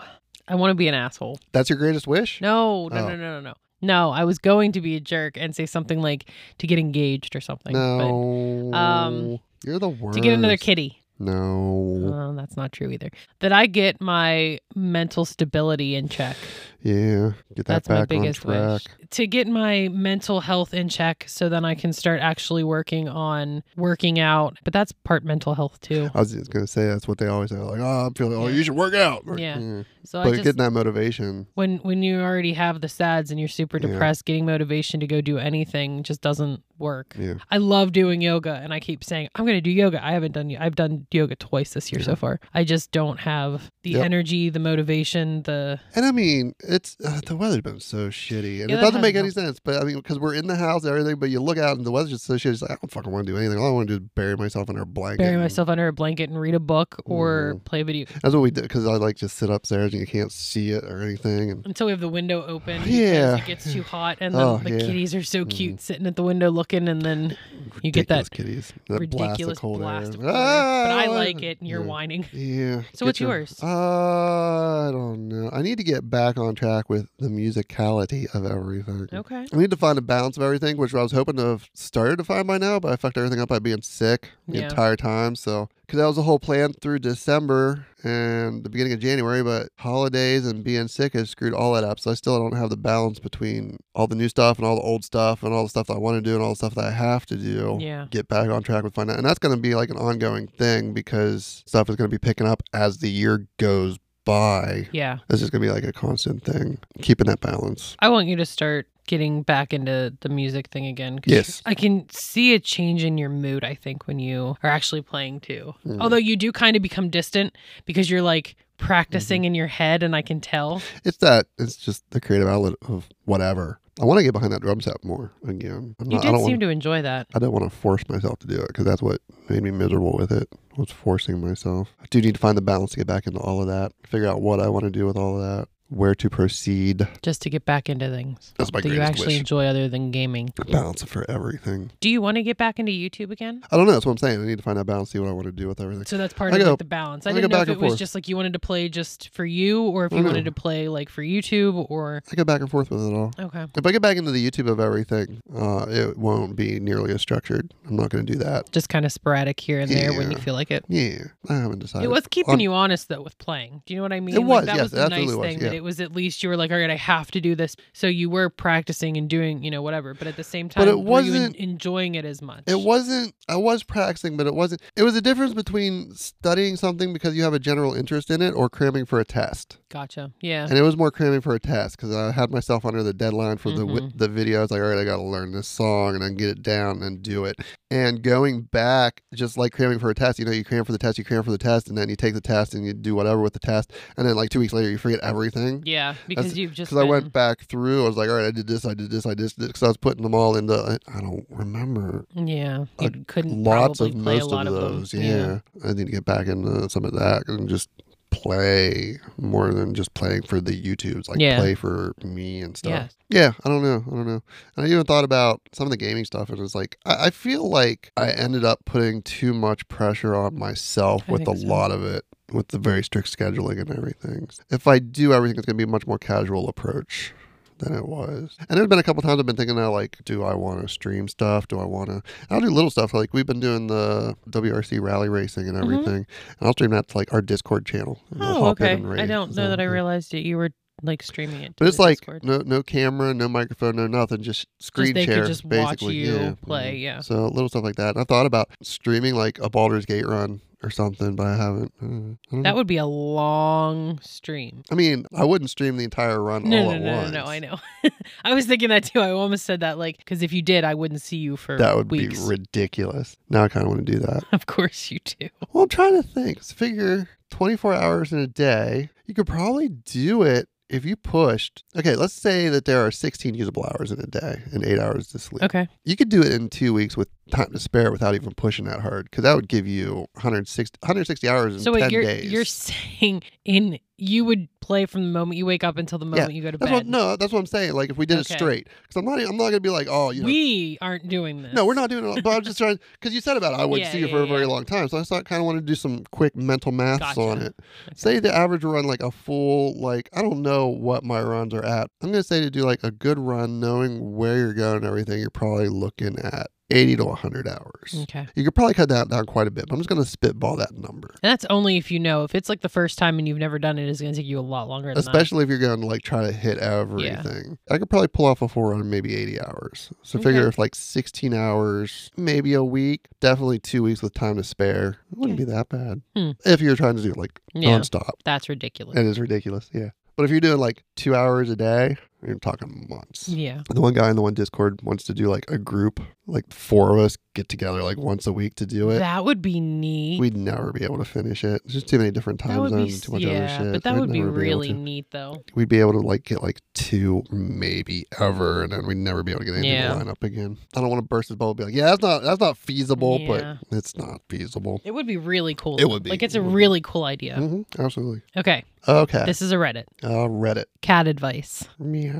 A: I want to be an asshole.
B: That's your greatest wish?
A: No, no,
B: Oh.
A: no, no, no, no. No, I was going to be a jerk and say something like to get engaged or something.
B: No.
A: um,
B: You're the
A: But
B: worst.
A: to get another kitty.
B: No.
A: Oh, that's not true either. That I get my mental stability in check.
B: yeah. Get that
A: That's my
B: back
A: biggest
B: on track.
A: wish. To get my mental health in check so then I can start actually working on working out. But that's part mental health too.
B: I was just going to say that's what they always say. Like, oh, I'm feeling, oh,
A: Yeah.
B: you should work out. Or-
A: Yeah. So
B: But
A: I just
B: getting that motivation.
A: when when you already have the sads and you're super
B: Yeah.
A: depressed, getting motivation to go do anything just doesn't work.
B: Yeah.
A: I love doing yoga and I keep saying I'm going to do yoga. I haven't done I've done yoga twice this year so far. I just don't have the
B: Yep.
A: energy, the motivation, the
B: And I mean, it It's uh, the weather's been so shitty, and
A: Yeah, that
B: it doesn't make
A: hasn't
B: any sense. But I mean, because we're in the house and everything, but you look out and the weather's just so shitty. It's like I don't fucking want to do anything. All I want to do is bury myself in our blanket.
A: Bury
B: and-
A: myself under a blanket and read a book or
B: Mm-hmm.
A: play a video
B: That's what we do because I like just sit upstairs and you can't see it or anything. And
A: until we have the window open. because
B: Yeah.
A: it gets too hot, and the,
B: Oh,
A: the
B: yeah.
A: kitties are so cute sitting at the window looking, and then you get
B: ridiculous
A: that
B: kitties, that
A: ridiculous
B: blast of cold
A: blast
B: air.
A: of cold
B: Ah,
A: air. But I like it, and you're
B: yeah.
A: whining.
B: Yeah.
A: So
B: Get
A: what's
B: your-
A: yours?
B: Uh, I don't know. I need to get back on track with the musicality of everything.
A: Okay.
B: I need to find a balance of everything, which I was hoping to have started to find by now, but I fucked everything up by being sick the
A: Yeah.
B: entire time. So, because that was the whole plan through December and the beginning of January, but holidays and being sick has screwed all that up. So, I still don't have the balance between all the new stuff and all the old stuff and all the stuff that I want to do and all the stuff that I have to do.
A: Yeah.
B: Get back on track with find out. And that's going to be like an ongoing thing because stuff is going to be picking up as the year goes by.
A: Yeah.
B: This is going to be like a constant thing, keeping that balance.
A: I want you to start getting back into the music thing again. 'cause
B: Yes.
A: I can see a change in your mood, I think, when you are actually playing too.
B: Mm.
A: Although you do kind of become distant because you're like practicing
B: Mm-hmm.
A: in your head, and I can tell.
B: It's that. It's just the creative outlet of whatever. I want to get behind that drum set more again. I'm
A: You
B: I
A: did
B: don't
A: seem
B: want
A: to enjoy that.
B: I don't want to force myself to do it because that's what made me miserable with it. Was forcing myself. I do need to find the balance to get back into all of that. Figure out what I want to do with all of that. Where to proceed.
A: Just to get back into things
B: That's my
A: that you
B: greatest
A: actually
B: wish.
A: enjoy other than gaming.
B: Balance for everything.
A: Do you want to get back into YouTube again?
B: I don't know. That's what I'm saying. I need to find that balance. See what I want to do with everything.
A: So that's part
B: I
A: of
B: go-
A: like, the balance. I
B: I
A: didn't
B: go
A: know if
B: back
A: it
B: and
A: was
B: forth. Mm-hmm.
A: just like you wanted to play just for you, or if you
B: No, no.
A: wanted to play like for YouTube, or
B: I go back and forth with it all.
A: okay,
B: If I get back into the YouTube of everything, uh, it won't be nearly as structured. I'm not going to do that.
A: just kind of sporadic here and there when you
B: Yeah.
A: feel like it.
B: Yeah, I haven't decided.
A: It was keeping
B: on-
A: you honest though with playing. Do you know what I mean?
B: was,
A: that
B: yes,
A: was
B: it
A: the nice
B: absolutely was,
A: thing that
B: yeah.
A: it was at least you were like, all right, I have to do this. So you were practicing and doing, you know, whatever. But at the same time,
B: But it
A: were you en-
B: wasn't-
A: enjoying it as much.
B: It wasn't. I was practicing, but it wasn't. It was a difference between studying something because you have a general interest in it or cramming for a test.
A: Gotcha. Yeah.
B: And it was more cramming for a test because I had myself under the deadline for the wi- the video. I was like, all right, I got to learn this song and then get it down and do it. And going back, just like cramming for a test, you know, you cram for the test, you cram for the test, and then you take the test and you do whatever with the test, and then like two weeks later, you forget everything.
A: Yeah. Because you've just
B: Because I
A: been-
B: went back through, I was like, all right, I did this, I did this, I did this, because I was putting them all into. I, I don't remember
A: Yeah. You
B: uh,
A: couldn't
B: lots
A: probably
B: of
A: play
B: most
A: a lot
B: of
A: of,
B: those.
A: them.
B: yeah. I need to get back into some of that and just play more than just playing for the YouTubes, like
A: Yeah.
B: play for me and stuff.
A: Yes.
B: Yeah, I don't know. I don't know. And I even thought about some of the gaming stuff, and it's like I, I feel like I ended up putting too much pressure on myself
A: I
B: with a
A: think so.
B: lot of it, with the very strict scheduling and everything. If I do everything, it's going to be a much more casual approach than it was. And there's been a couple times I've been thinking now, like, do I want to stream stuff? Do I want to? I'll do little stuff like we've been doing the WRC rally racing and
A: Mhm.
B: everything, and I'll stream that to like our Discord channel. and we'll
A: Oh,
B: hop in
A: okay.
B: and
A: I
B: raid.
A: don't know
B: So,
A: that I
B: yeah.
A: realized that you were like streaming it. to
B: But it's
A: the
B: like
A: Discord.
B: no no camera, no microphone, no nothing, just screen
A: they could
B: share.
A: just watch
B: basically.
A: you
B: yeah.
A: play,
B: mhm.
A: yeah.
B: So little stuff like that. And I thought about streaming like a Baldur's Gate run or something, but I haven't. uh, I don't know.
A: that would be a long stream.
B: I mean, I wouldn't stream the entire run
A: No,
B: all
A: no,
B: at
A: no, no,
B: once.
A: no, I know. I was thinking that too. I almost said that, like, because if you did, I wouldn't see you for
B: That would
A: weeks.
B: be ridiculous. Now I kind of want to do that.
A: of course, you do.
B: Well, I'm trying to think. So figure 24 hours in a day. You could probably do it if you pushed. Okay, let's say that there are 16 usable hours in a day and eight hours to sleep.
A: Okay,
B: You could do it in two weeks with time to spare without even pushing that hard because that would give you 160, 160 hours in
A: so
B: 10
A: wait, you're
B: days.
A: you're saying in you would play from the moment you wake up until the moment you go to
B: that's
A: bed.
B: what, no, that's what I'm saying. Like if we did
A: Okay.
B: it straight, because I'm not, I'm not gonna be like, oh, you know,
A: we aren't doing this.
B: no, we're not doing it. But I'm just trying because you said about it, I wouldn't
A: Yeah,
B: see you
A: yeah,
B: for a very
A: yeah.
B: long time, so I kind of wanted to do some quick mental maths
A: Gotcha.
B: on it.
A: Okay.
B: Say the average run like a full like I don't know what my runs are at. I'm gonna say to do like a good run, knowing where you're going and everything, you're probably looking at 80 to 100 hours.
A: Okay.
B: You could probably cut that down quite a bit. But I'm just gonna spitball that number,
A: And that's only if you know. If it's like the first time and you've never done it, it's going to take you a lot longer than
B: especially if you're going to like try to hit everything. I could probably pull off a full run in maybe 80 hours. So
A: Okay.
B: figure if like 16 hours, maybe a week, definitely two weeks with time to spare. It wouldn't
A: Okay.
B: be that bad
A: Hmm.
B: if you're trying to do it like
A: that. Yeah,
B: nonstop.
A: that's ridiculous.
B: It is ridiculous, yeah. But if you're doing like two hours a day You're talking months.
A: Yeah.
B: The one guy in the one Discord wants to do like a group, like four of us get together like once a week to do it.
A: That would be neat.
B: We'd never be able to finish it. There's just too many different
A: that
B: time
A: would be
B: zones,
A: s-
B: too much
A: yeah,
B: other shit.
A: but that
B: We'd
A: would be
B: never able
A: really
B: to.
A: neat though.
B: We'd be able to like get like two, maybe ever, and then we'd never be able to get anything
A: Yeah.
B: to line up again. I don't want to burst his bubble. and Be like, yeah, that's not that's not feasible,
A: Yeah.
B: but it's not feasible.
A: It would be really cool.
B: It
A: though.
B: would be.
A: Like it's a
B: It would be.
A: really cool idea.
B: hmm Absolutely.
A: Okay,
B: Okay.
A: this is a Reddit
B: uh, Reddit.
A: cat advice.
B: Meow.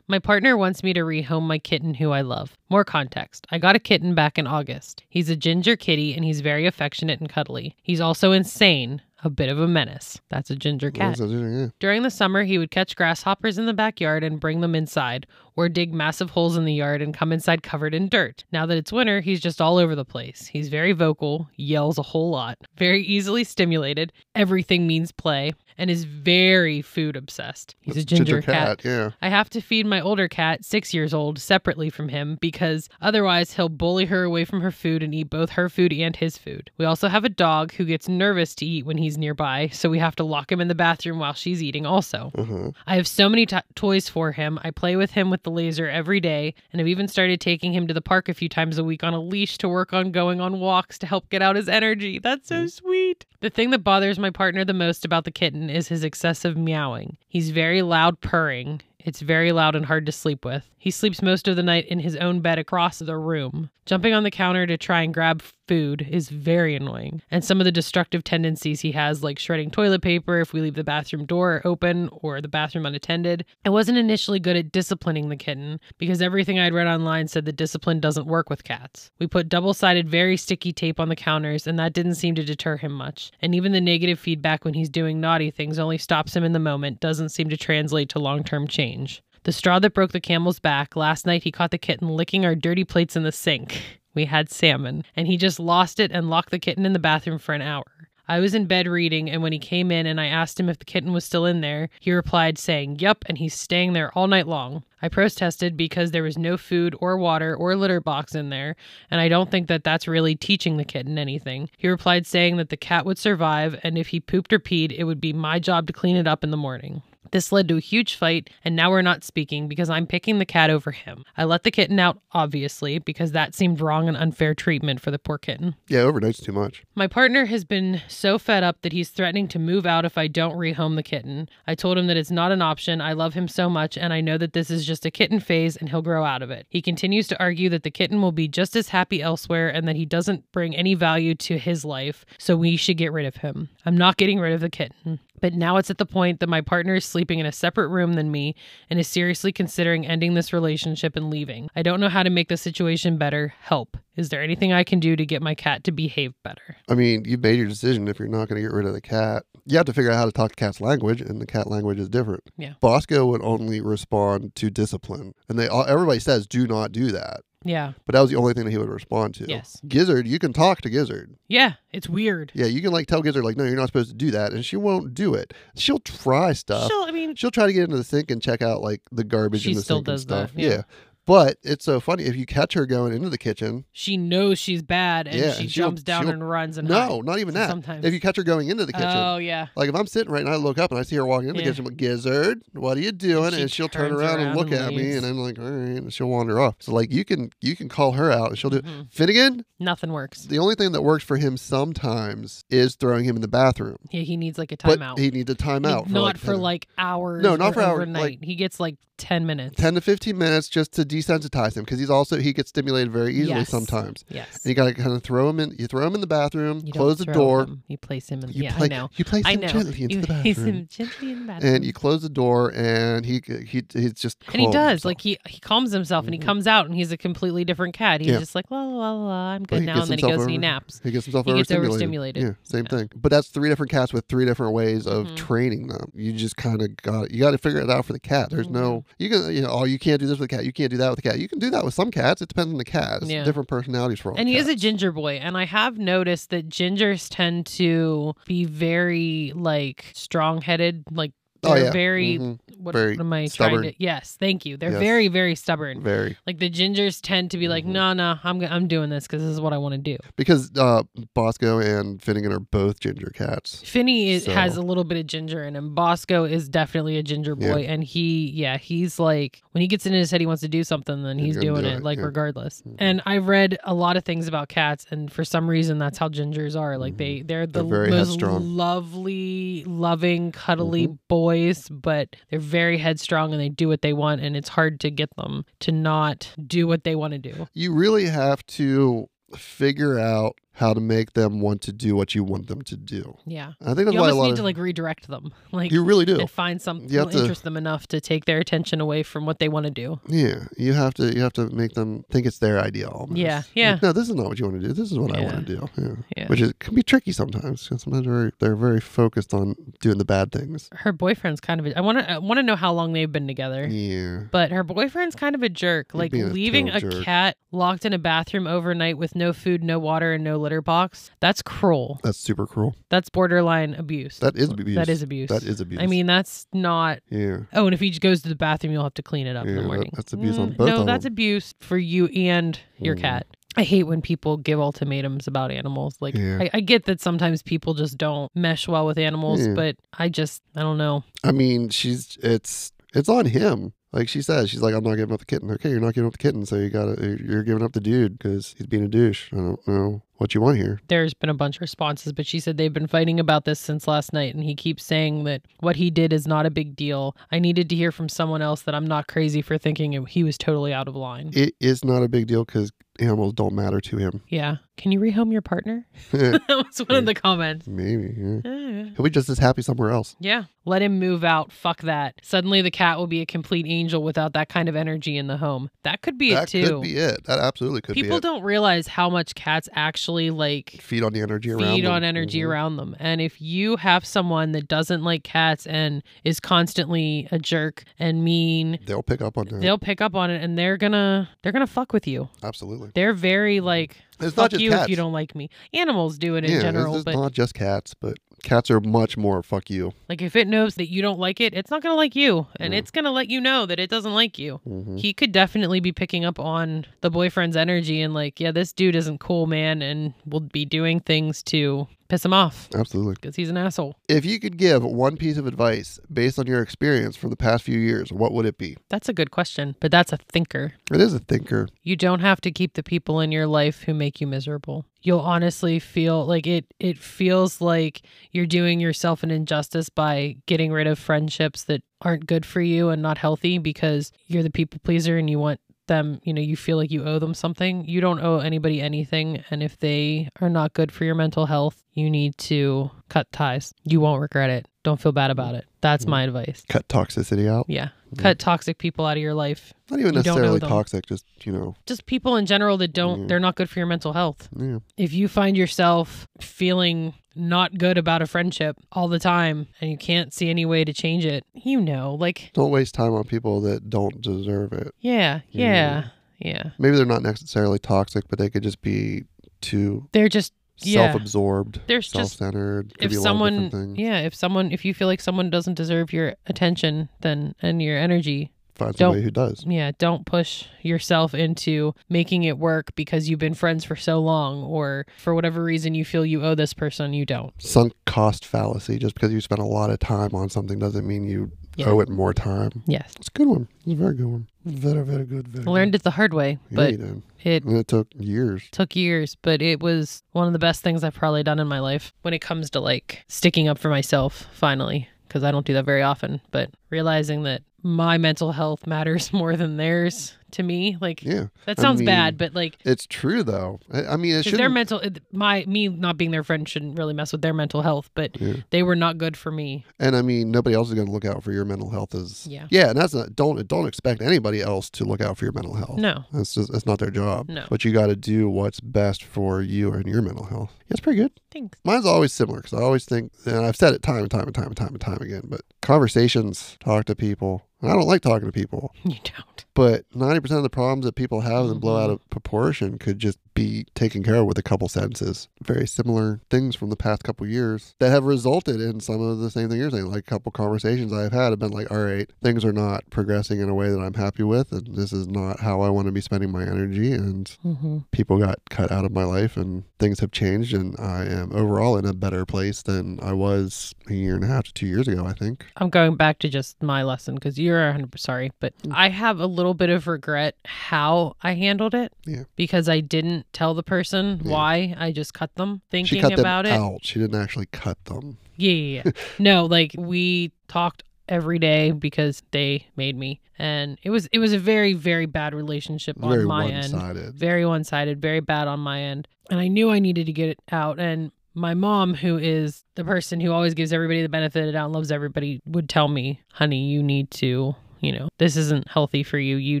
A: My partner wants me to rehome my kitten who I love. More context. I got a kitten back in August. He's a ginger kitty and he's very affectionate and cuddly. He's also insane, a bit of a menace. That's a ginger cat.
B: That's what it is, yeah.
A: During the summer, he would catch grasshoppers in the backyard and bring them inside, or dig massive holes in the yard and come inside covered in dirt. Now that it's winter, he's just all over the place. He's very vocal, yells a whole lot, very easily stimulated, everything means play, and is very food obsessed. He's a
B: It's
A: ginger, cat.
B: Yeah.
A: I have to feed my older cat, six years old, separately from him because otherwise he'll bully her away from her food and eat both her food and his food. We also have a dog who gets nervous to eat when he's nearby, so we have to lock him in the bathroom while she's eating, also.
B: Uh-huh.
A: I have so many to toys for him. I play with him with the laser every day, and I've even started taking him to the park a few times a week on a leash to work on going on walks to help get out his energy. That's so sweet. The thing that bothers my partner the most about the kitten is his excessive meowing. He's very loud purring. It's very loud and hard to sleep with. He sleeps most of the night in his own bed across the room. Jumping on the counter to try and grab food is very annoying. And some of the destructive tendencies he has, like shredding toilet paper if we leave the bathroom door open or the bathroom unattended. I wasn't initially good at disciplining the kitten because everything I'd read online said that discipline doesn't work with cats. We put double sided, very sticky tape on the counters, and that didn't seem to deter him much. And even the negative feedback when he's doing naughty things only stops him in the moment, doesn't seem to translate to long term change. The straw that broke the camel's back, last night he caught the kitten licking our dirty plates in the sink. We had salmon, and he just lost it and locked the kitten in the bathroom for an hour. I was in bed reading, and when he came in and I asked him if the kitten was still in there, he replied saying, Yup, and he's staying there all night long. I protested because there was no food or water or litter box in there, and I don't think that that's really teaching the kitten anything. He replied saying that the cat would survive, and if he pooped or peed, it would be my job to clean it up in the morning. This led to a huge fight, and now we're not speaking because I'm picking the cat over him. I let the kitten out, obviously, because that seemed wrong and unfair treatment for the poor kitten.
B: Yeah, overnight's too much.
A: My partner has been so fed up that he's threatening to move out if I don't rehome the kitten. I told him that it's not an option. I love him so much, and I know that this is just a kitten phase and he'll grow out of it. He continues to argue that the kitten will be just as happy elsewhere and that he doesn't bring any value to his life, so we should get rid of him. I'm not getting rid of the kitten. But now it's at the point that my partner is sleeping in a separate room than me and is seriously considering ending this relationship and leaving. I don't know how to make the situation better. Help. Is there anything I can do to get my cat to behave better?
B: I mean, you've made your decision if you're not going to get rid of the cat. You have to figure out how to talk the cat's language, and the cat language is different.
A: Yeah.
B: Bosco would only respond to discipline, and they all, everybody says do not do that.
A: Yeah.
B: But that was the only thing that he would respond to.
A: Yes.
B: Gizzard, you can talk to Gizzard.
A: Yeah. It's weird.
B: Yeah, you can like tell Gizzard like, no, you're not supposed to do that, and she won't do it. She'll try stuff.
A: She'll, I mean,
B: She'll try to get into the sink and check out like the garbage
A: She
B: in the
A: still
B: sink
A: does
B: and stuff.
A: that, yeah.
B: But it's so funny if you catch her going into the kitchen.
A: she knows she's bad and
B: Yeah,
A: she
B: and she'll-
A: jumps down
B: she'll-
A: and runs and
B: No,
A: hides.
B: not even
A: So
B: that.
A: sometimes-
B: If you catch her going into the kitchen,
A: Oh yeah.
B: Like if I'm sitting right and I look up and I see her walking in the
A: Yeah.
B: kitchen, I'm like, Gizzard, what are you doing?
A: she
B: And she'll turn
A: turns
B: around,
A: around
B: and look
A: and
B: at me,
A: leaves.
B: and I'm like, all right, and she'll wander off. So like you can you can call her out, and she'll do. it.
A: Mhm.
B: Finnegan,
A: Nothing works.
B: the only thing that works for him sometimes is throwing him in the bathroom,
A: Yeah, he needs like a
B: but
A: timeout.
B: he needs a
A: He-
B: timeout.
A: not for
B: 10
A: like hours.
B: No, not
A: or
B: for hours,
A: Overnight. he gets like ten minutes.
B: ten to fifteen minutes just to desensitize him because he's also he gets stimulated very easily
A: Yes.
B: sometimes.
A: Yes.
B: And you gotta kind of throw him in. You throw him in the bathroom,
A: You don't
B: close the
A: throw
B: door.
A: him. You place him in.
B: You
A: yeah,
B: pla-
A: I know.
B: You place
A: I
B: him
A: know.
B: gently into
A: you
B: the
A: place
B: bathroom.
A: him gently in the bathroom.
B: and you close the door and he uh, he he's just
A: And he
B: calm
A: does.
B: himself.
A: Like he he calms himself and he
B: Mhm.
A: comes out and he's a completely different cat. He's
B: Yeah.
A: just like la la la la. I'm
B: Well,
A: good
B: he
A: now. And
B: gets
A: then he
B: himself
A: goes and he
B: over-
A: naps.
B: He gets himself
A: He gets
B: overstimulated.
A: overstimulated.
B: Yeah, same thing. But that's three different cats with three different ways of
A: Mhm.
B: training them. You just kind of got you got to figure it out for the cat. There's no
A: Mm-hmm.
B: you can you know oh you can't do this with the cat. You can't do that with the cat. You can do that with some cats. It depends on the cat. It's
A: Yeah.
B: Different personalities for all.
A: And he is
B: cats.
A: a ginger boy, and I have noticed that gingers tend to be very like strong-headed, like
B: Oh,
A: They're
B: yeah.
A: very,
B: Mhm.
A: what,
B: Very
A: what am I
B: stubborn.
A: trying to? Yes, thank you. They're
B: Yes.
A: very, very stubborn.
B: Very.
A: Like the gingers tend to be like,
B: Mhm.
A: no, no, I'm go- I'm doing this because this is what I want to do.
B: Because uh, Bosco and Finnegan are both ginger cats.
A: Finny is,
B: So-
A: has a little bit of ginger in him. Bosco is definitely a ginger
B: Yeah.
A: boy, and he, yeah, he's like when he gets in his head, he wants to do something, then
B: He's
A: he's
B: gonna
A: doing
B: do
A: it,
B: it,
A: like
B: yeah.
A: regardless.
B: Mhm.
A: And I've read a lot of things about cats, and for some reason, that's how gingers are. Like
B: Mhm.
A: they they're the
B: They're very
A: most
B: headstrong. Mm-hmm.
A: lovely, loving, cuddly boys, but they're very headstrong and they do what they want, and it's hard to get them to not do what they want to do.
B: You really have to figure out how to make them want to do what you want them to do.
A: Yeah,
B: I think that's
A: you
B: why a
A: almost
B: lot
A: need
B: of
A: to like redirect them. Like
B: you really do.
A: and find something
B: You have
A: will
B: to-
A: interest them enough to take their attention away from what they want to do.
B: Yeah, you have to you have to make them think it's their idea. Almost.
A: Yeah,
B: Like,
A: yeah.
B: no, this is not what you want to do. This is what I
A: Yeah.
B: want to do. Yeah.
A: Yeah.
B: Which is can be tricky sometimes. 'cause sometimes they're, they're very focused on doing the bad things.
A: Her boyfriend's kind of a, I want to I want to know how long they've been together.
B: Yeah.
A: But her boyfriend's kind of a jerk, like
B: being a
A: leaving a
B: total jerk.
A: cat locked in a bathroom overnight with no food, no water, and no litter box. That's cruel.
B: That's super cruel.
A: That's borderline abuse.
B: That is abuse.
A: That is abuse.
B: That is abuse.
A: I mean, that's not.
B: yeah.
A: Oh, and if he goes to the bathroom, you'll have to clean it up in
B: Yeah,
A: the
B: that-
A: morning.
B: that's abuse on both
A: No,
B: of
A: that's
B: them.
A: abuse for you and your
B: Mm.
A: cat. I hate when people give ultimatums about animals. Like,
B: Yeah.
A: I, I get that sometimes people just don't mesh well with animals,
B: Yeah.
A: but I just, I don't know.
B: I mean, she's it's it's on him. Like she says, she's like, I'm not giving up the kitten. Okay, you're not giving up the kitten, so you gotta you're giving up the dude because he's being a douche. I don't know what you want here.
A: There's been a bunch of responses, but she said they've been fighting about this since last night, and he keeps saying that what he did is not a big deal. I needed to hear from someone else that I'm not crazy for thinking it- he was totally out of line.
B: It is not a big deal because animals don't matter to him.
A: yeah. Can you rehome your partner? that was one of the comments. Ah.
B: Maybe. Yeah.
A: Yeah.
B: He'll be just as happy somewhere else.
A: Yeah. Let him move out. Fuck that. Suddenly the cat will be a complete angel without that kind of energy in the home. That could be
B: that
A: it too.
B: could be it. That absolutely could
A: People
B: be
A: don't realize how much cats actually
B: it.
A: like
B: Feed on the energy around.
A: feed
B: them.
A: on energy
B: Mhm.
A: around them. And if you have someone that doesn't like cats and is constantly a jerk and mean,
B: They'll pick up on that.
A: they'll pick up on it and they're gonna they're gonna fuck with you.
B: absolutely.
A: They're very like
B: It's
A: fuck
B: not just
A: you
B: cats.
A: if you don't like me. Animals do it in
B: yeah,
A: general,
B: it's
A: but
B: not just cats, but cats are much more fuck you.
A: like if it knows that you don't like it, it's not gonna like you. And
B: Mm.
A: it's gonna let you know that it doesn't like you.
B: Mhm.
A: he could definitely be picking up on the boyfriend's energy and like yeah this dude isn't cool man and will be doing things to piss him off
B: Absolutely.
A: because he's an asshole
B: If you could give one piece of advice based on your experience from the past few years, what would it be?
A: that's a good question but that's a thinker
B: It is a thinker.
A: you don't have to keep the people in your life who make you miserable you'll honestly feel like it it feels like you're doing yourself an injustice by getting rid of friendships that aren't good for you and not healthy because you're the people pleaser and you want them you know you feel like you owe them something you don't owe anybody anything and if they are not good for your mental health you need to cut ties you won't regret it don't feel bad about it that's my advice
B: Cut toxicity out.
A: yeah cut toxic people out of your life
B: Not even
A: You don't know
B: necessarily
A: them.
B: toxic, just, you know,
A: just people in general that don't
B: Mm.
A: they're not good for your mental health
B: yeah.
A: if you find yourself feeling not good about a friendship all the time and you can't see any way to change it, you know, like,
B: Don't waste time on people that don't deserve it.
A: yeah, yeah, yeah.
B: Maybe they're not necessarily toxic, but they could just be too
A: They're just, Yeah.
B: self absorbed,
A: there's
B: self
A: just,
B: centered.
A: if someone, yeah, if someone, if you feel like someone doesn't deserve your attention, then, and your energy,
B: find
A: don't-
B: somebody who does.
A: yeah, don't push yourself into making it work because you've been friends for so long or for whatever reason you feel you owe this person, you don't.
B: Sunk cost fallacy. Just because you spend a lot of time on something doesn't mean you
A: Yeah.
B: owe it more time.
A: Yes.
B: It's a good one. It's a very good one. Very, very good. Very
A: I learned it the hard way,
B: good. Yeah,
A: but
B: you did.
A: it
B: And it took years.
A: took years, but it was one of the best things I've probably done in my life when it comes to like sticking up for myself finally, because I don't do that very often, but realizing that my mental health matters more than theirs to me. Like
B: Yeah,
A: that
B: I
A: sounds
B: mean,
A: bad, but like
B: it's true though. I, I mean, it
A: 'cause their
B: should.
A: mental it- my me not being their friend shouldn't really mess with their mental health, but
B: Yeah.
A: they were not good for me.
B: And I mean, nobody else is going to look out for your mental health. Is
A: Yeah.
B: yeah. And that's not don't don't expect anybody else to look out for your mental health.
A: No.
B: That's just that's not their job.
A: No.
B: But you got to do what's best for you and your mental health. That's pretty good.
A: Thanks.
B: Mine's always similar because I always think, and I've said it time and time and time and time and time again. But conversations, talk to people. And I don't like talking to people,
A: You don't.
B: but ninety percent of the problems that people have and blow
A: Mhm.
B: out of proportion could just be taken care of with a couple sentences. Very similar things from the past couple years that have resulted in some of the same thing you're saying. Like a couple conversations I've had have been like, all right, things are not progressing in a way that I'm happy with, and this is not how I want to be spending my energy. And
A: Mm-hmm.
B: people got cut out of my life, and things have changed, and I am overall in a better place than I was a year and a half to two years ago. I think.
A: I'm going back to just my lesson because you're 100 sorry, but
B: Mm.
A: I have a little bit of regret how I handled it.
B: Yeah.
A: Because I didn't tell the person
B: Yeah.
A: why. I just cut them thinking
B: she cut
A: about
B: them
A: it.
B: out. She didn't actually cut them.
A: Yeah, yeah, yeah. no, like we talked every day because they made me, and it was it was a very very bad relationship on
B: Very
A: my end
B: one-sided.
A: very one sided, very bad on my end. And I knew I needed to get it out. And my mom, who is the person who always gives everybody the benefit of the doubt and loves everybody, would tell me, honey, you need to, you know, this isn't healthy for you. You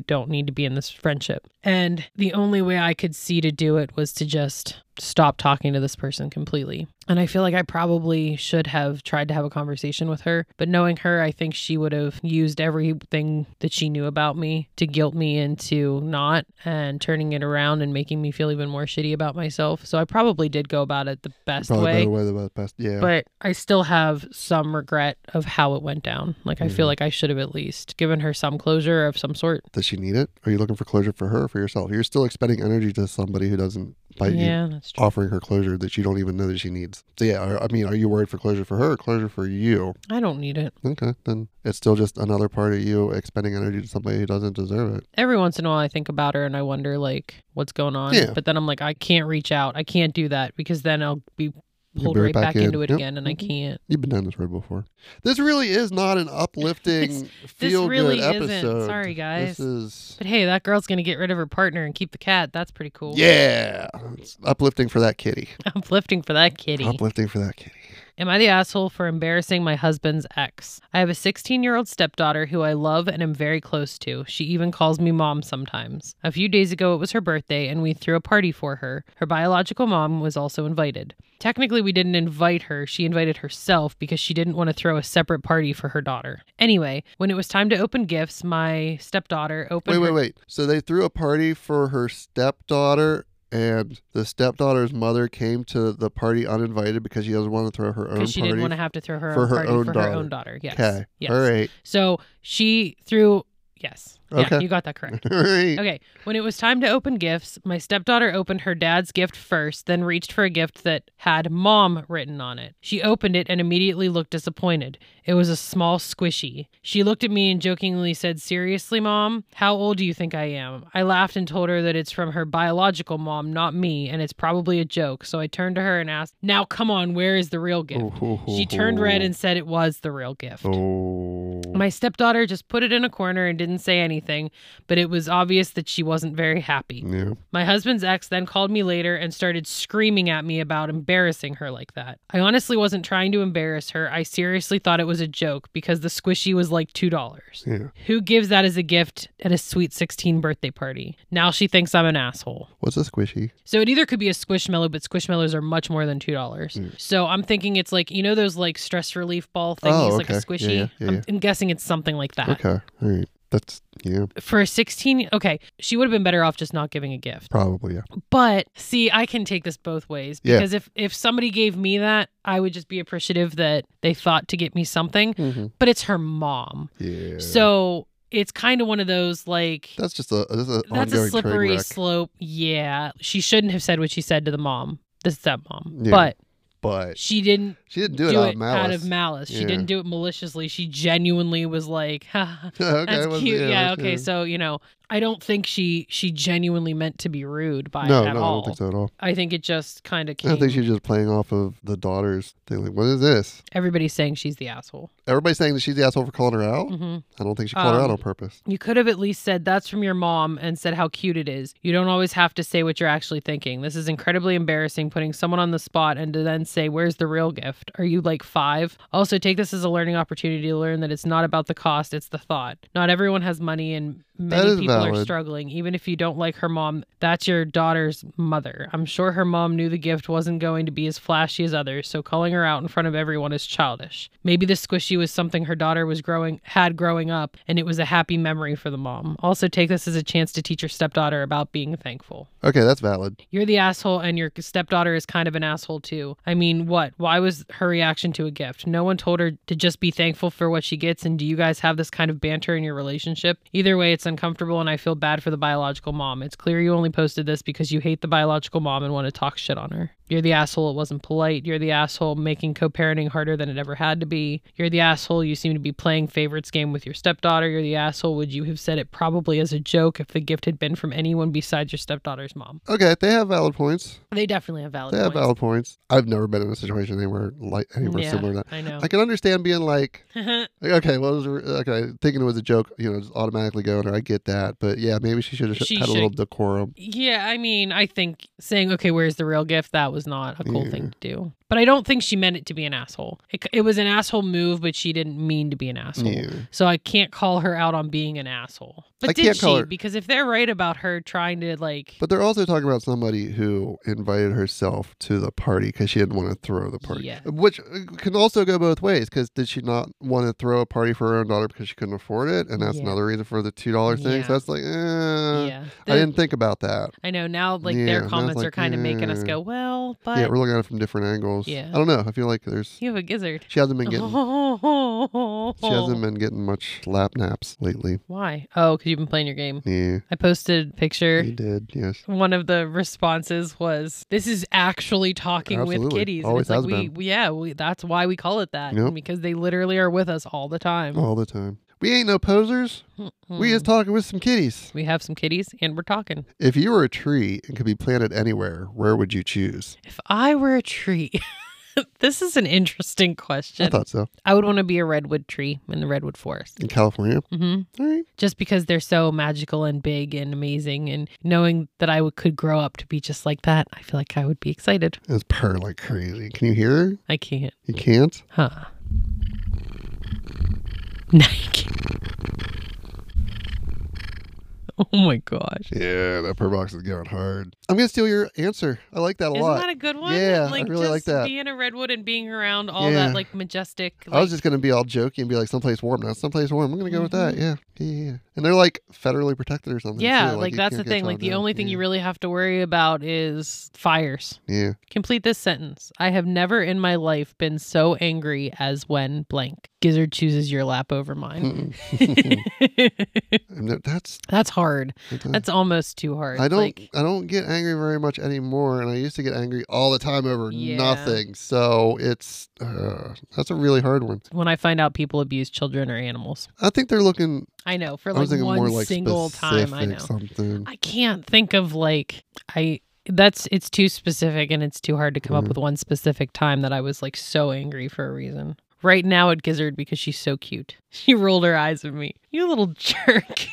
A: don't need to be in this friendship. And the only way I could see to do it was to just stop talking to this person completely. And I feel like I probably should have tried to have a conversation with her. But knowing her, I think she would have used everything that she knew about me to guilt me into not and turning it around and making me feel even more shitty about myself. So I probably did go about it the best
B: Probably
A: way.
B: better way the best. Yeah.
A: But I still have some regret of how it went down. Like, I feel
B: Mhm.
A: like I should have at least given her some closure of some sort.
B: Does she need it? Are you looking for closure for her or for yourself? You're still expending energy to somebody who doesn't bite you,
A: yeah, that's true.
B: offering her closure that you don't even know that she needs. So, yeah, are- I mean, are you worried for closure for her or closure for you?
A: I don't need it.
B: Okay, then it's still just another part of you expending energy to somebody who doesn't deserve it.
A: every once in a while I think about her and I wonder like what's going on.
B: Yeah.
A: But then I'm like, I can't reach out. I can't do that because then I'll be
B: You'll
A: pulled
B: be
A: right,
B: right
A: back,
B: back in.
A: into it
B: Yep.
A: again and I
B: Mhm.
A: can't.
B: You've been down this road before. This really is not an uplifting,
A: This
B: feel
A: really
B: good
A: isn't.
B: episode.
A: Sorry guys.
B: This is.
A: But hey, that girl's gonna get rid of her partner and keep the cat. That's pretty cool.
B: Yeah. It's uplifting for that kitty.
A: Uplifting for that kitty.
B: Uplifting for that kitty.
A: Am I the asshole for embarrassing my husband's ex? I have a 16 year old stepdaughter who I love and am very close to. She even calls me mom sometimes. A few days ago, it was her birthday, and we threw a party for her. Her biological mom was also invited. Technically, we didn't invite her, she invited herself because she didn't want to throw a separate party for her daughter. Anyway, when it was time to open gifts, my stepdaughter opened.
B: Wait, wait,
A: her-
B: wait. So they threw a party for her stepdaughter, and the stepdaughter's mother came to the party uninvited because she doesn't want to throw her own
A: Because
B: party.
A: she didn't want to have to throw her
B: for
A: own
B: her
A: party
B: own
A: for her
B: daughter.
A: own daughter. Yes.
B: Okay.
A: Yes.
B: All right.
A: So she threw. Yes. Yeah,
B: Okay.
A: you got that correct.
B: All right.
A: Okay. When it was time to open gifts, my stepdaughter opened her dad's gift first, then reached for a gift that had mom written on it. She opened it and immediately looked disappointed. It was a small squishy. She looked at me and jokingly said, Seriously, mom? How old do you think I am? I laughed and told her that it's from her biological mom, not me, and it's probably a joke. So I turned to her and asked, Now come on, where is the real gift? She turned red and said it was the real gift.
B: Oh.
A: My stepdaughter just put it in a corner and didn't say anything, but it was obvious that she wasn't very happy.
B: Yeah.
A: My husband's ex then called me later and started screaming at me about embarrassing her like that. I honestly wasn't trying to embarrass her. I seriously thought it was a joke because the squishy was like $2.
B: Yeah.
A: Who gives that as a gift at a sweet 16 birthday party? Now she thinks I'm an asshole.
B: What's a squishy?
A: So it either could be a squishmallow, but squishmallows are much more than two dollars.
B: Mm.
A: So I'm thinking it's like you know those like stress relief ball
B: Oh,
A: thingies, like a
B: okay. Yeah,
A: squishy.
B: yeah, yeah,
A: I'm,
B: yeah.
A: I'm guessing it's something like that.
B: Okay. All right. That's, yeah,
A: For a 16, okay, she would have been better off just not giving a gift.
B: probably. Yeah.
A: But see, I can take this both ways
B: Yeah.
A: because if if somebody gave me that, I would just be appreciative that they thought to get me something.
B: hmm
A: But it's her mom,
B: Yeah.
A: so it's kind of one of those like
B: that's just a, that's a
A: that's
B: ongoing
A: a slippery
B: train wreck.
A: slope. Yeah, she shouldn't have said what she said to the mom, the stepmom,
B: Yeah.
A: but
B: but
A: she didn't
B: she didn't
A: do,
B: do, it out of
A: it out of
B: malice.
A: malice. She
B: Yeah.
A: didn't do it maliciously. She genuinely was like, "Ha,
B: okay,
A: "That's
B: it wasn't-
A: cute." Yeah.
B: that's-
A: Okay. So you know, I don't think she she genuinely meant to be rude by
B: no,
A: it at
B: no, I
A: all.
B: don't think so at all.
A: I think it just kind of
B: I
A: came.
B: think she's just playing off of the daughter's thing. Like, what is this?
A: Everybody's saying she's the asshole.
B: Everybody's saying that she's the asshole for calling her out.
A: hmm
B: I don't think she called her out
A: Um,
B: on purpose.
A: You could have at least said that's from your mom and said how cute it is. You don't always have to say what you're actually thinking. This is incredibly embarrassing putting someone on the spot and to then say, Where's the real gift? Are you like five? Also, take this as a learning opportunity to learn that it's not about the cost, it's the thought. Not everyone has money, and many
B: is
A: people are
B: valid.
A: struggling. Even if you don't like her mom, that's your daughter's mother. I'm sure her mom knew the gift wasn't going to be as flashy as others, so calling her out in front of everyone is childish. Maybe the squishy was something her daughter was growing had growing up, and it was a happy memory for the mom. Also, take this as a chance to teach your stepdaughter about being thankful.
B: Okay, that's valid.
A: You're the asshole, and your stepdaughter is kind of an asshole too. I mean, what? Why was her reaction to a gift? No one told her to just be thankful for what she gets, and do you guys have this kind of banter in your relationship? Either way, it's uncomfortable, and I feel bad for the biological mom. It's clear you only posted this because you hate the biological mom and want to talk shit on her. You're the asshole, it wasn't polite. You're the asshole, making co parenting harder than it ever had to be. You're the asshole, you seem to be playing favorites game with your stepdaughter. You're the asshole, would you have said it probably as a joke if the gift had been from anyone besides your stepdaughter's mom?
B: Okay, they have valid points.
A: They definitely have valid
B: They have
A: points.
B: valid points. I've never been in a situation anywhere like anywhere
A: Yeah,
B: similar to that.
A: I know.
B: I can understand being like, like, okay, well, it was, okay, thinking it was a joke, you know, just automatically going there. I get that, but yeah, maybe she should have
A: She
B: had a little
A: should-
B: decorum.
A: yeah, I mean, I think saying, okay, where's the real gift? That was not a cool
B: Yeah.
A: thing to do. But I don't think she meant it to be an asshole. It, c- it was an asshole move, but she didn't mean to be an asshole.
B: Yeah.
A: So I can't call her out on being an asshole. But
B: I
A: did
B: can't
A: she?
B: call her-
A: Because if they're right about her trying to, like,
B: But they're also talking about somebody who invited herself to the party because she didn't want to throw the party,
A: Yeah.
B: which uh, can also go both ways. Because did she not want to throw a party for her own daughter because she couldn't afford it, and that's
A: Yeah.
B: another reason for the two dollar thing.
A: Yeah.
B: So that's like, eh,
A: yeah.
B: I
A: The-
B: didn't think about that.
A: I know now, like,
B: Yeah,
A: their
B: now it's
A: comments are
B: like,
A: kind of making us
B: yeah.
A: go, well, but
B: yeah, we're looking at it from different angles.
A: Yeah.
B: I don't know. I feel like there's
A: you have a gizzard.
B: she hasn't been getting she hasn't been getting much lap naps lately.
A: Why? Oh, because you've been playing your game.
B: Yeah,
A: I posted a picture.
B: you did. Yes.
A: one of the responses was this is actually talking with
B: Absolutely.
A: kitties
B: Always
A: and
B: has
A: it's like we,
B: been.
A: we yeah we, that's why we call it that
B: Yep.
A: because they literally are with us all the time
B: All the time. We ain't no posers. We
A: Mm.
B: just talking with some kitties.
A: we have some kitties and we're talking
B: If you were a tree and could be planted anywhere, where would you choose?
A: if i were a tree this is an interesting question
B: I thought so.
A: I would want to be a redwood tree in the redwood forest
B: In California.
A: hmm
B: All right.
A: just because they're so magical and big and amazing and knowing that i would, could grow up to be just like that i feel like i would be excited
B: It's purr like crazy. Can you hear her?
A: i can't
B: You can't?
A: Huh. Nike. Oh my gosh.
B: Yeah, that purr box is going hard. I'm going to steal your answer. I like that a
A: Isn't
B: lot.
A: that a good one?
B: Yeah, I
A: like
B: really
A: just
B: like that.
A: being a redwood and being around all
B: Yeah.
A: that like majestic.
B: I was
A: like-
B: just going to be all jokey and be like, someplace warm. Not someplace warm. I'm going to go with that. Yeah. Yeah, yeah. yeah. And they're like federally protected or something.
A: Mm-hmm. yeah,
B: too.
A: like
B: you
A: that's the
B: can't get
A: thing. Like
B: chopped
A: the
B: down.
A: only thing you
B: Yeah.
A: really have to worry about is fires.
B: Yeah.
A: Complete this sentence. I have never in my life been so angry as when blank. Gizzard chooses your lap over mine.
B: Mm-mm. And that- that's.
A: That's hard. That's almost too hard.
B: I don't
A: Like,
B: I don't get angry very much anymore, and I used to get angry all the time over
A: Yeah.
B: nothing. So it's uh, that's a really hard one.
A: when I find out people abuse children or animals.
B: I think they're looking.
A: I know for
B: I
A: like
B: was thinking
A: one
B: more like
A: single
B: specific
A: time. I know.
B: something.
A: I can't think of like I. That's it's too specific and it's too hard to come up
B: Mhm.
A: with one specific time that I was like so angry for a reason. Right now at Gizzard because she's so cute. She rolled her eyes at me. You little jerk.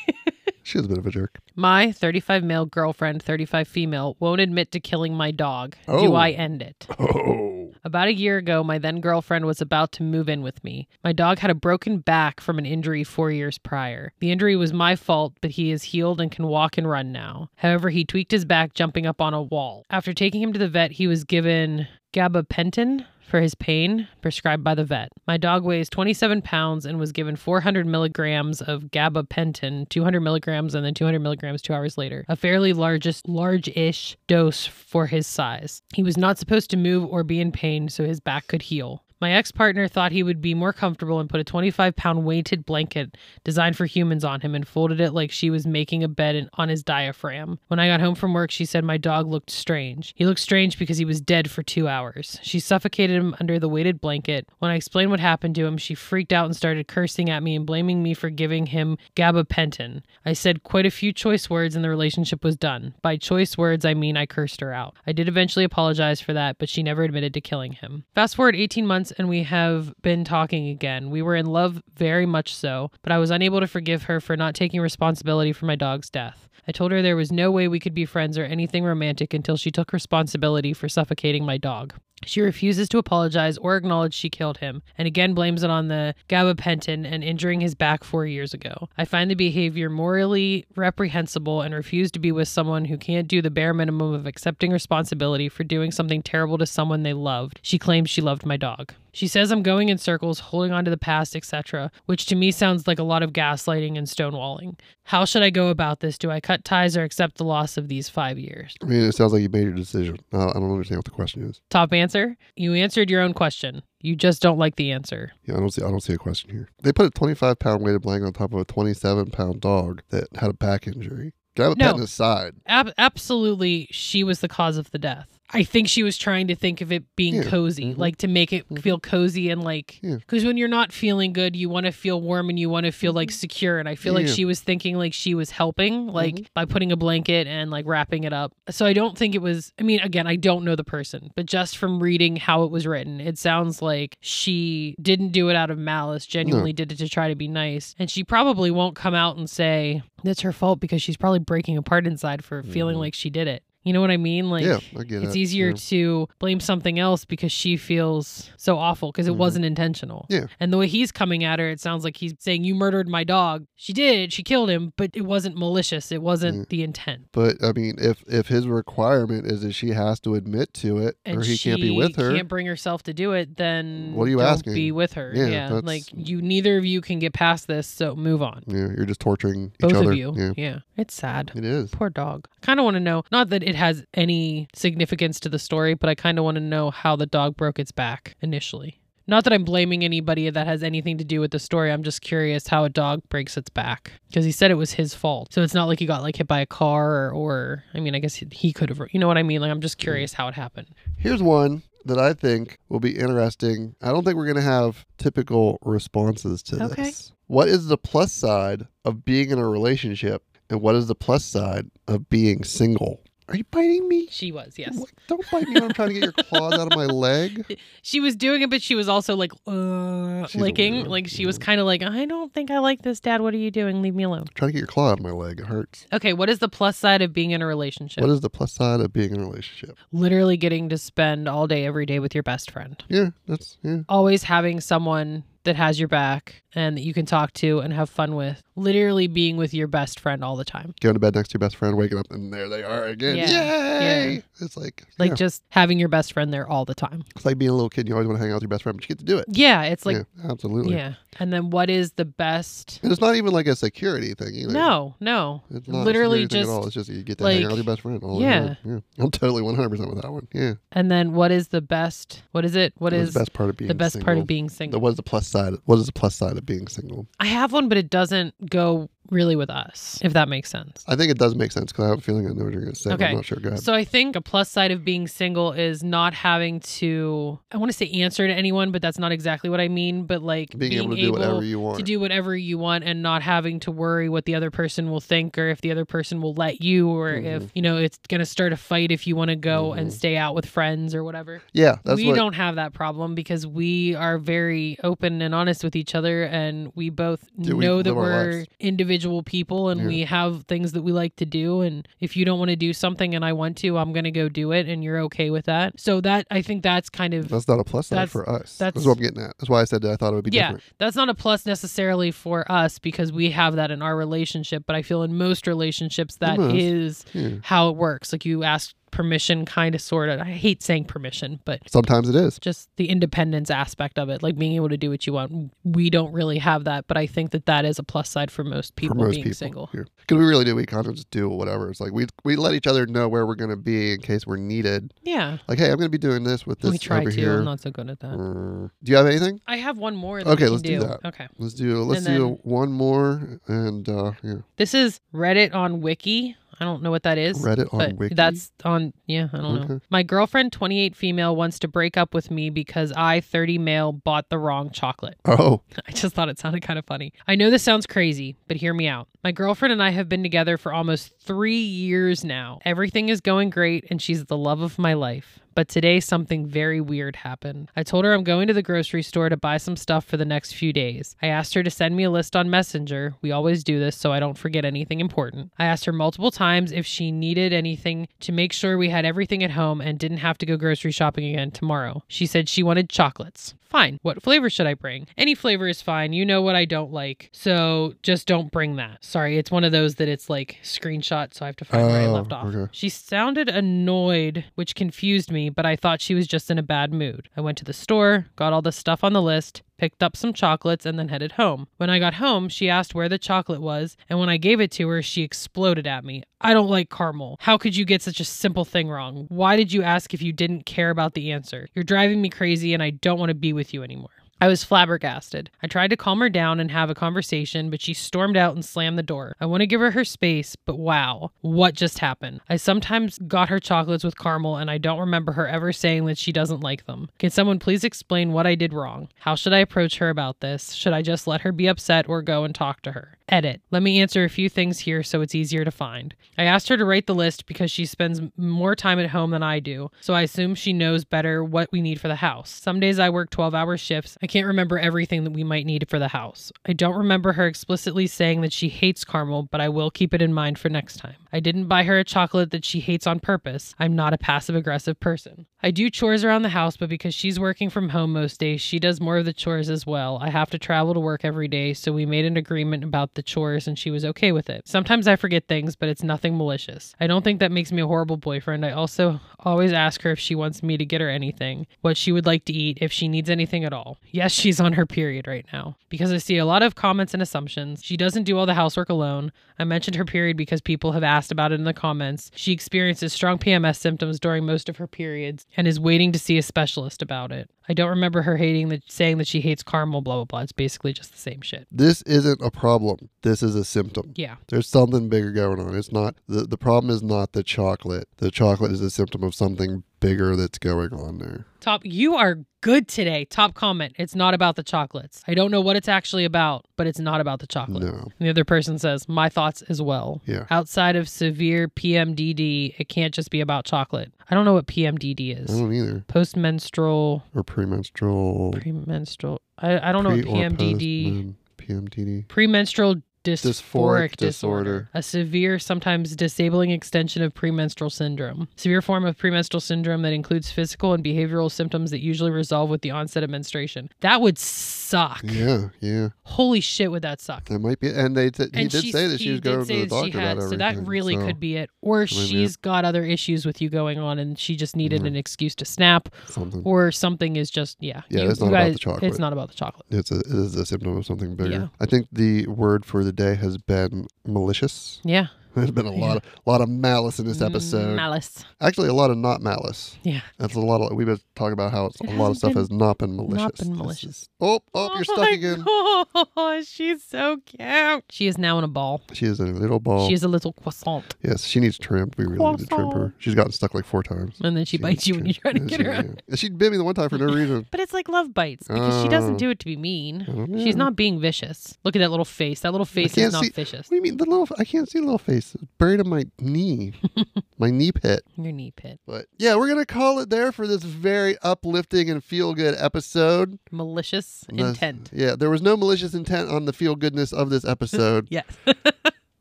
B: She was a bit of a jerk.
A: my 35 male girlfriend, 35 female, won't admit to killing my dog.
B: Oh.
A: Do I end it?
B: Oh,
A: About a year ago, my then girlfriend was about to move in with me. My dog had a broken back from an injury four years prior. The injury was my fault, but he is healed and can walk and run now. However, he tweaked his back jumping up on a wall. After taking him to the vet, he was given gabapentin for his pain prescribed by the vet. My dog weighs 27 pounds and was given 400 milligrams of gabapentin, 200 milligrams, and then 200 milligrams two hours later. A fairly largest, large-ish dose for his size. He was not supposed to move or be in pain, so his back could heal. My ex partner thought he would be more comfortable and put a 25 pound weighted blanket designed for humans on him and folded it like she was making a bed in- on his diaphragm. When I got home from work, she said my dog looked strange. He looked strange because he was dead for two hours. She suffocated him under the weighted blanket. When I explained what happened to him, she freaked out and started cursing at me and blaming me for giving him gabapentin. I said quite a few choice words and the relationship was done. By choice words, I mean I cursed her out. I did eventually apologize for that, but she never admitted to killing him. Fast forward 18 months and we have been talking again. We were in love very much so, but I was unable to forgive her for not taking responsibility for my dog's death. I told her there was no way we could be friends or anything romantic until she took responsibility for suffocating my dog. She refuses to apologize or acknowledge she killed him, and again blames it on the gabapentin and injuring his back four years ago. I find the behavior morally reprehensible and refuse to be with someone who can't do the bare minimum of accepting responsibility for doing something terrible to someone they loved. She claims she loved my dog. She says I'm going in circles, holding on to the past, etc., which to me sounds like a lot of gaslighting and stonewalling. How should I go about this? Do I cut ties or accept the loss of these five years?
B: I mean, it sounds like you made your decision. Uh, I don't understand what the question is.
A: Top answer? You answered your own question. You just don't like the answer.
B: Yeah, I don't see. I don't see a question here. They put a 25 pound weighted blanket on top of a 27 pound dog that had a back injury. Guy with a pet
A: No.
B: in his side.
A: Ab- absolutely, she was the cause of the death. I think she was trying to think of it being
B: Yeah.
A: cozy,
B: Mhm.
A: like to make it
B: Mhm.
A: feel cozy and like,
B: Yeah.
A: because when you're not feeling good, you want to feel warm and you want to feel like secure. And I feel like
B: Mm-hmm. Yeah. Mm-hmm.
A: she was thinking like she was helping, like by putting a blanket and like wrapping it up. So I don't think it was, I mean, again, I don't know the person, but just from reading how it was written, it sounds like she didn't do it out of malice, genuinely did it to try to be nice. And she probably won't come out and say that's her fault because she's probably breaking apart inside for feeling
B: Mhm.
A: like she did it. You know what I mean? Like,
B: yeah, I get it.
A: it's easier
B: Yeah.
A: to blame something else because she feels so awful because it
B: Mhm.
A: wasn't intentional.
B: Yeah.
A: And the way he's coming at her, it sounds like he's saying, You murdered my dog. She did. She killed him, but it wasn't malicious. It wasn't
B: Yeah.
A: the intent.
B: But I mean, if if his requirement is that she has to admit to it,
A: And
B: or he
A: she
B: can't be with her,
A: can't bring herself to do it, then
B: What are you
A: don't
B: asking?
A: Be with her.
B: Yeah,
A: Yeah.
B: that's-
A: Like, you, neither of you can get past this, so move on.
B: yeah, you're just torturing each
A: Both
B: other.
A: of you.
B: Yeah,
A: yeah. It's sad.
B: it is.
A: Poor dog. I kind of want to know, not that it has any significance to the story, but I kind of want to know how the dog broke its back initially. Not that I'm blaming anybody that has anything to do with the story. I'm just curious how a dog breaks its back because he said it was his fault. So it's not like he got like hit by a car or, or I mean, I guess he, he could have, you know what I mean? Like, I'm
B: Mm.
A: just curious how it happened.
B: Here's one that I think will be interesting. I don't think we're going to have typical responses to
A: Okay.
B: this. What is the plus side of being in a relationship, and what is the plus side of being single? Are you biting me?
A: She was, yes.
B: What? Don't bite me when I'm trying to get your claws out of my leg.
A: She was doing it, but she was also like, uh,
B: She's a
A: licking.
B: weirdo,
A: Like, she
B: yeah.
A: was kind of like, I don't think I like this, Dad. What are you doing? Leave me alone.
B: trying to get your claw out of my leg. It hurts.
A: Okay, what is the plus side of being in a relationship?
B: What is the plus side of being in a relationship?
A: literally getting to spend all day every day with your best friend
B: Yeah, that's yeah.
A: always having someone that has your back and that you can talk to and have fun with literally being with your best friend all the time
B: Going to bed next to your best friend, waking up, and there they are again.
A: Yeah,
B: Yay!
A: yeah.
B: It's like
A: like
B: yeah.
A: just having your best friend there all the time
B: it's like being a little kid. and You always want to hang out with your best friend, but you get to do it.
A: yeah it's like
B: yeah, absolutely.
A: yeah, and then what is the best
B: And it's not even like a security thing either.
A: no no
B: It's not
A: Literally
B: a security thing
A: just,
B: at all. It's just you get to hang out with
A: like,
B: your best friend. All
A: yeah.
B: yeah. yeah. I'm totally 100% with that one. Yeah.
A: and then what is the best what is it what
B: What's
A: is
B: the best part of being
A: the best part of
B: single?
A: being single
B: The- What is the plus side? What is the plus side of being single?
A: i have one but it doesn't go really with us if that makes sense
B: I think it does make sense because I have a feeling I know what you're going to say. but I'm
A: Okay.
B: not sure. Go ahead.
A: So I think a plus side of being single is not having to I want to say answer to anyone, but that's not exactly what I mean, but like
B: being, able to do whatever you want.
A: to do whatever you want and not having to worry what the other person will think or if the other person will let you or
B: Mm-hmm.
A: if you know it's going to start a fight if you want to go and stay out with friends or whatever.
B: yeah, that's
A: we
B: what.
A: don't have that problem because we are very open and honest with each other and we both
B: Yeah, we
A: know that
B: live our
A: we're
B: lives.
A: individual people and
B: Yeah.
A: we have things that we like to do and if you don't want to do something and I want to I'm going to go do it and you're okay with that. So that I think that's kind of
B: that's not a plus side
A: that's-
B: for us. That's,
A: that's-
B: what I'm getting at. That's why I said that I thought it would be
A: Yeah.
B: different.
A: that's not a plus necessarily for us because we have that in our relationship, but I feel in most relationships that
B: most.
A: is
B: Yeah.
A: how it works. Like you ask permission kind of sort of. I hate saying permission, but
B: Sometimes it is.
A: just the independence aspect of it, like being able to do what you want. We don't really have that, but I think that that is a plus side for most people
B: for most
A: being
B: people
A: single.
B: Because we really do. We kind of just do whatever. It's like we we let each other know where we're going to be in case we're needed.
A: Yeah,
B: Like, hey, I'm going to be doing this with this
A: we try
B: over
A: to.
B: here.
A: I'm not so good at that.
B: Uh, do you have anything?
A: I have one more. That
B: Okay,
A: we can
B: let's do that.
A: Okay,
B: Let's do let's
A: And
B: do
A: then-
B: one more and uh yeah.
A: this is Reddit on Wiki. I don't know what that is.
B: Reddit on
A: But
B: Wiki.
A: that's on, yeah, I don't know.
B: Okay.
A: My girlfriend, 28 female, wants to break up with me because I, 30 male, bought the wrong chocolate.
B: oh
A: I just thought it sounded kind of funny. I know this sounds crazy, but hear me out. My girlfriend and I have been together for almost three years now. Everything is going great, and she's the love of my life. But today something very weird happened. I told her I'm going to the grocery store to buy some stuff for the next few days. I asked her to send me a list on Messenger. We always do this so I don't forget anything important. I asked her multiple times if she needed anything to make sure we had everything at home and didn't have to go grocery shopping again tomorrow. She said she wanted chocolates. Fine. What flavor should I bring? Any flavor is fine. You know what I don't like. So just don't bring that. Sorry, it's one of those that it's like screenshot, so I have to find where I
B: Oh,
A: left off.
B: okay.
A: She sounded annoyed, which confused me, but I thought she was just in a bad mood. I went to the store, got all the stuff on the list, picked up some chocolates, and then headed home. When I got home, she asked where the chocolate was, and when I gave it to her, she exploded at me. I don't like caramel. How could you get such a simple thing wrong? Why did you ask if you didn't care about the answer? You're driving me crazy, and I don't want to be with you anymore. I was flabbergasted. I tried to calm her down and have a conversation, but she stormed out and slammed the door. I want to give her her space, but wow, what just happened? I sometimes got her chocolates with caramel, and I don't remember her ever saying that she doesn't like them. Can someone please explain what I did wrong? How should I approach her about this? Should I just let her be upset or go and talk to her? Edit. Let me answer a few things here so it's easier to find. I asked her to write the list because she spends m- more time at home than I do, so I assume she knows better what we need for the house. Some days I work 12 hour shifts. I can't remember everything that we might need for the house. I don't remember her explicitly saying that she hates caramel, but I will keep it in mind for next time. I didn't buy her a chocolate that she hates on purpose. I'm not a passive aggressive person. I do chores around the house, but because she's working from home most days, she does more of the chores as well. I have to travel to work every day, so we made an agreement about the chores and she was okay with it. Sometimes I forget things, but it's nothing malicious. I don't think that makes me a horrible boyfriend. I also always ask her if she wants me to get her anything, what she would like to eat, if she needs anything at all. Yes, she's on her period right now. Because I see a lot of comments and assumptions. She doesn't do all the housework alone. I mentioned her period because people have asked about it in the comments. She experiences strong PMS symptoms during most of her periods and is waiting to see a specialist about it. I don't remember her hating that saying that she hates caramel, blah blah blah. It's basically just the same shit.
B: This isn't a problem. This is a symptom.
A: Yeah.
B: There's something bigger going on. It's not the, the problem is not the chocolate. The chocolate is a symptom of something bigger that's going on there.
A: Top, you are good today. Top comment. It's not about the chocolates. I don't know what it's actually about, but it's not about the chocolate.
B: No.
A: And the other person says, My thoughts as well.
B: Yeah.
A: Outside of severe PMDD, it can't just be about chocolate. I don't know what PMDD
B: I
A: is.
B: don't either.
A: Postmenstrual,
B: Or premenstrual.
A: premenstrual. I, I don't know
B: pre
A: what
B: or
A: PMDD.
B: postmen- PMDD.
A: Premenstrual
B: Dysphoric
A: dysphoric disorder,
B: disorder.
A: a severe, sometimes disabling extension of premenstrual syndrome. Severe form of premenstrual syndrome that includes physical and behavioral symptoms that usually resolve with the onset of menstruation. That would suck.
B: Yeah, yeah.
A: Holy shit, would that suck?
B: That might be. And they said he
A: And
B: did
A: she-
B: say that she
A: he
B: was
A: did
B: going to
A: say
B: the
A: that
B: doctor
A: she
B: about
A: had, so that
B: everything,
A: really
B: so
A: could be it. Or
B: mean, yeah.
A: she's got other issues with you going on, and she just needed
B: Mhm.
A: an excuse to snap,
B: something.
A: or something is just yeah.
B: Yeah, it's not about the chocolate.
A: It's not about the chocolate.
B: It's a, it is a symptom of something bigger.
A: Yeah.
B: I think the word for the day has been malicious.
A: Yeah,
B: There's been a lot of lot of malice in this episode.
A: malice.
B: Actually, a lot of not malice.
A: Yeah.
B: That's a lot of. We've been talking about how it's,
A: It
B: a lot of
A: hasn't
B: stuff
A: been-
B: has not been malicious.
A: been
B: This
A: malicious.
B: is- oh, oh, you're stuck again.
A: Oh, she's so cute. She is now in a ball.
B: She is in a little ball.
A: She is a little croissant,
B: yes, she needs trimmed. We really need to trim her.
A: Croissant.
B: She's gotten stuck like four times.
A: and then she,
B: She
A: bites
B: needs
A: you when you try to
B: Yeah,
A: get
B: she,
A: her. out.
B: yeah. She bit me the one time for no reason.
A: But it's like love bites because she doesn't
B: Oh.
A: do it to be mean.
B: I don't
A: She's
B: know.
A: not being vicious. Look at that little face. That little face
B: can't
A: is not
B: see-
A: vicious.
B: What do you mean the little? I can't see the little face. It's buried in my knee, my knee pit.
A: Your knee pit.
B: But yeah, we're gonna call it there for this very uplifting and feel good episode.
A: Malicious
B: The-
A: intent.
B: Yeah, there was no malicious intent on the feel goodness of this episode.
A: Yes.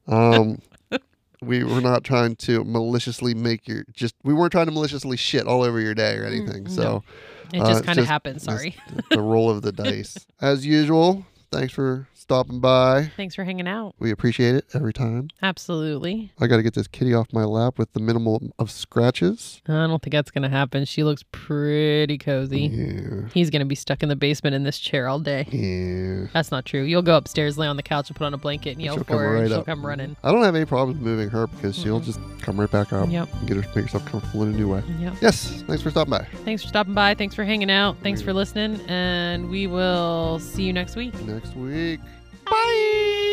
B: Um, we were not trying to maliciously make your just. We weren't trying to maliciously shit all over your day or
A: Mm,
B: anything. So
A: It
B: Uh,
A: just
B: it's
A: kind of
B: just-
A: happened. Sorry.
B: just the roll of the dice, as usual. Thanks for stopping by.
A: Thanks for hanging out.
B: We appreciate it every time.
A: Absolutely.
B: I got to get this kitty off my lap with the minimal of scratches.
A: I don't think that's going to happen. She looks pretty cozy.
B: Yeah.
A: He's going to be stuck in the basement in this chair all day.
B: Yeah.
A: That's not true. You'll go upstairs, lay on the couch, and put on a blanket and yell
B: She'll
A: for
B: come
A: her,
B: right
A: and she'll
B: up.
A: come running.
B: I don't have any problems moving her because she'll just come right back up
A: Yep.
B: and get her make herself comfortable in a new way.
A: Yep.
B: Yes, thanks for stopping by.
A: Thanks for stopping by. Thanks for hanging out. Thanks
B: Mm.
A: for listening. And we will see you next week.
B: Next week. Bye.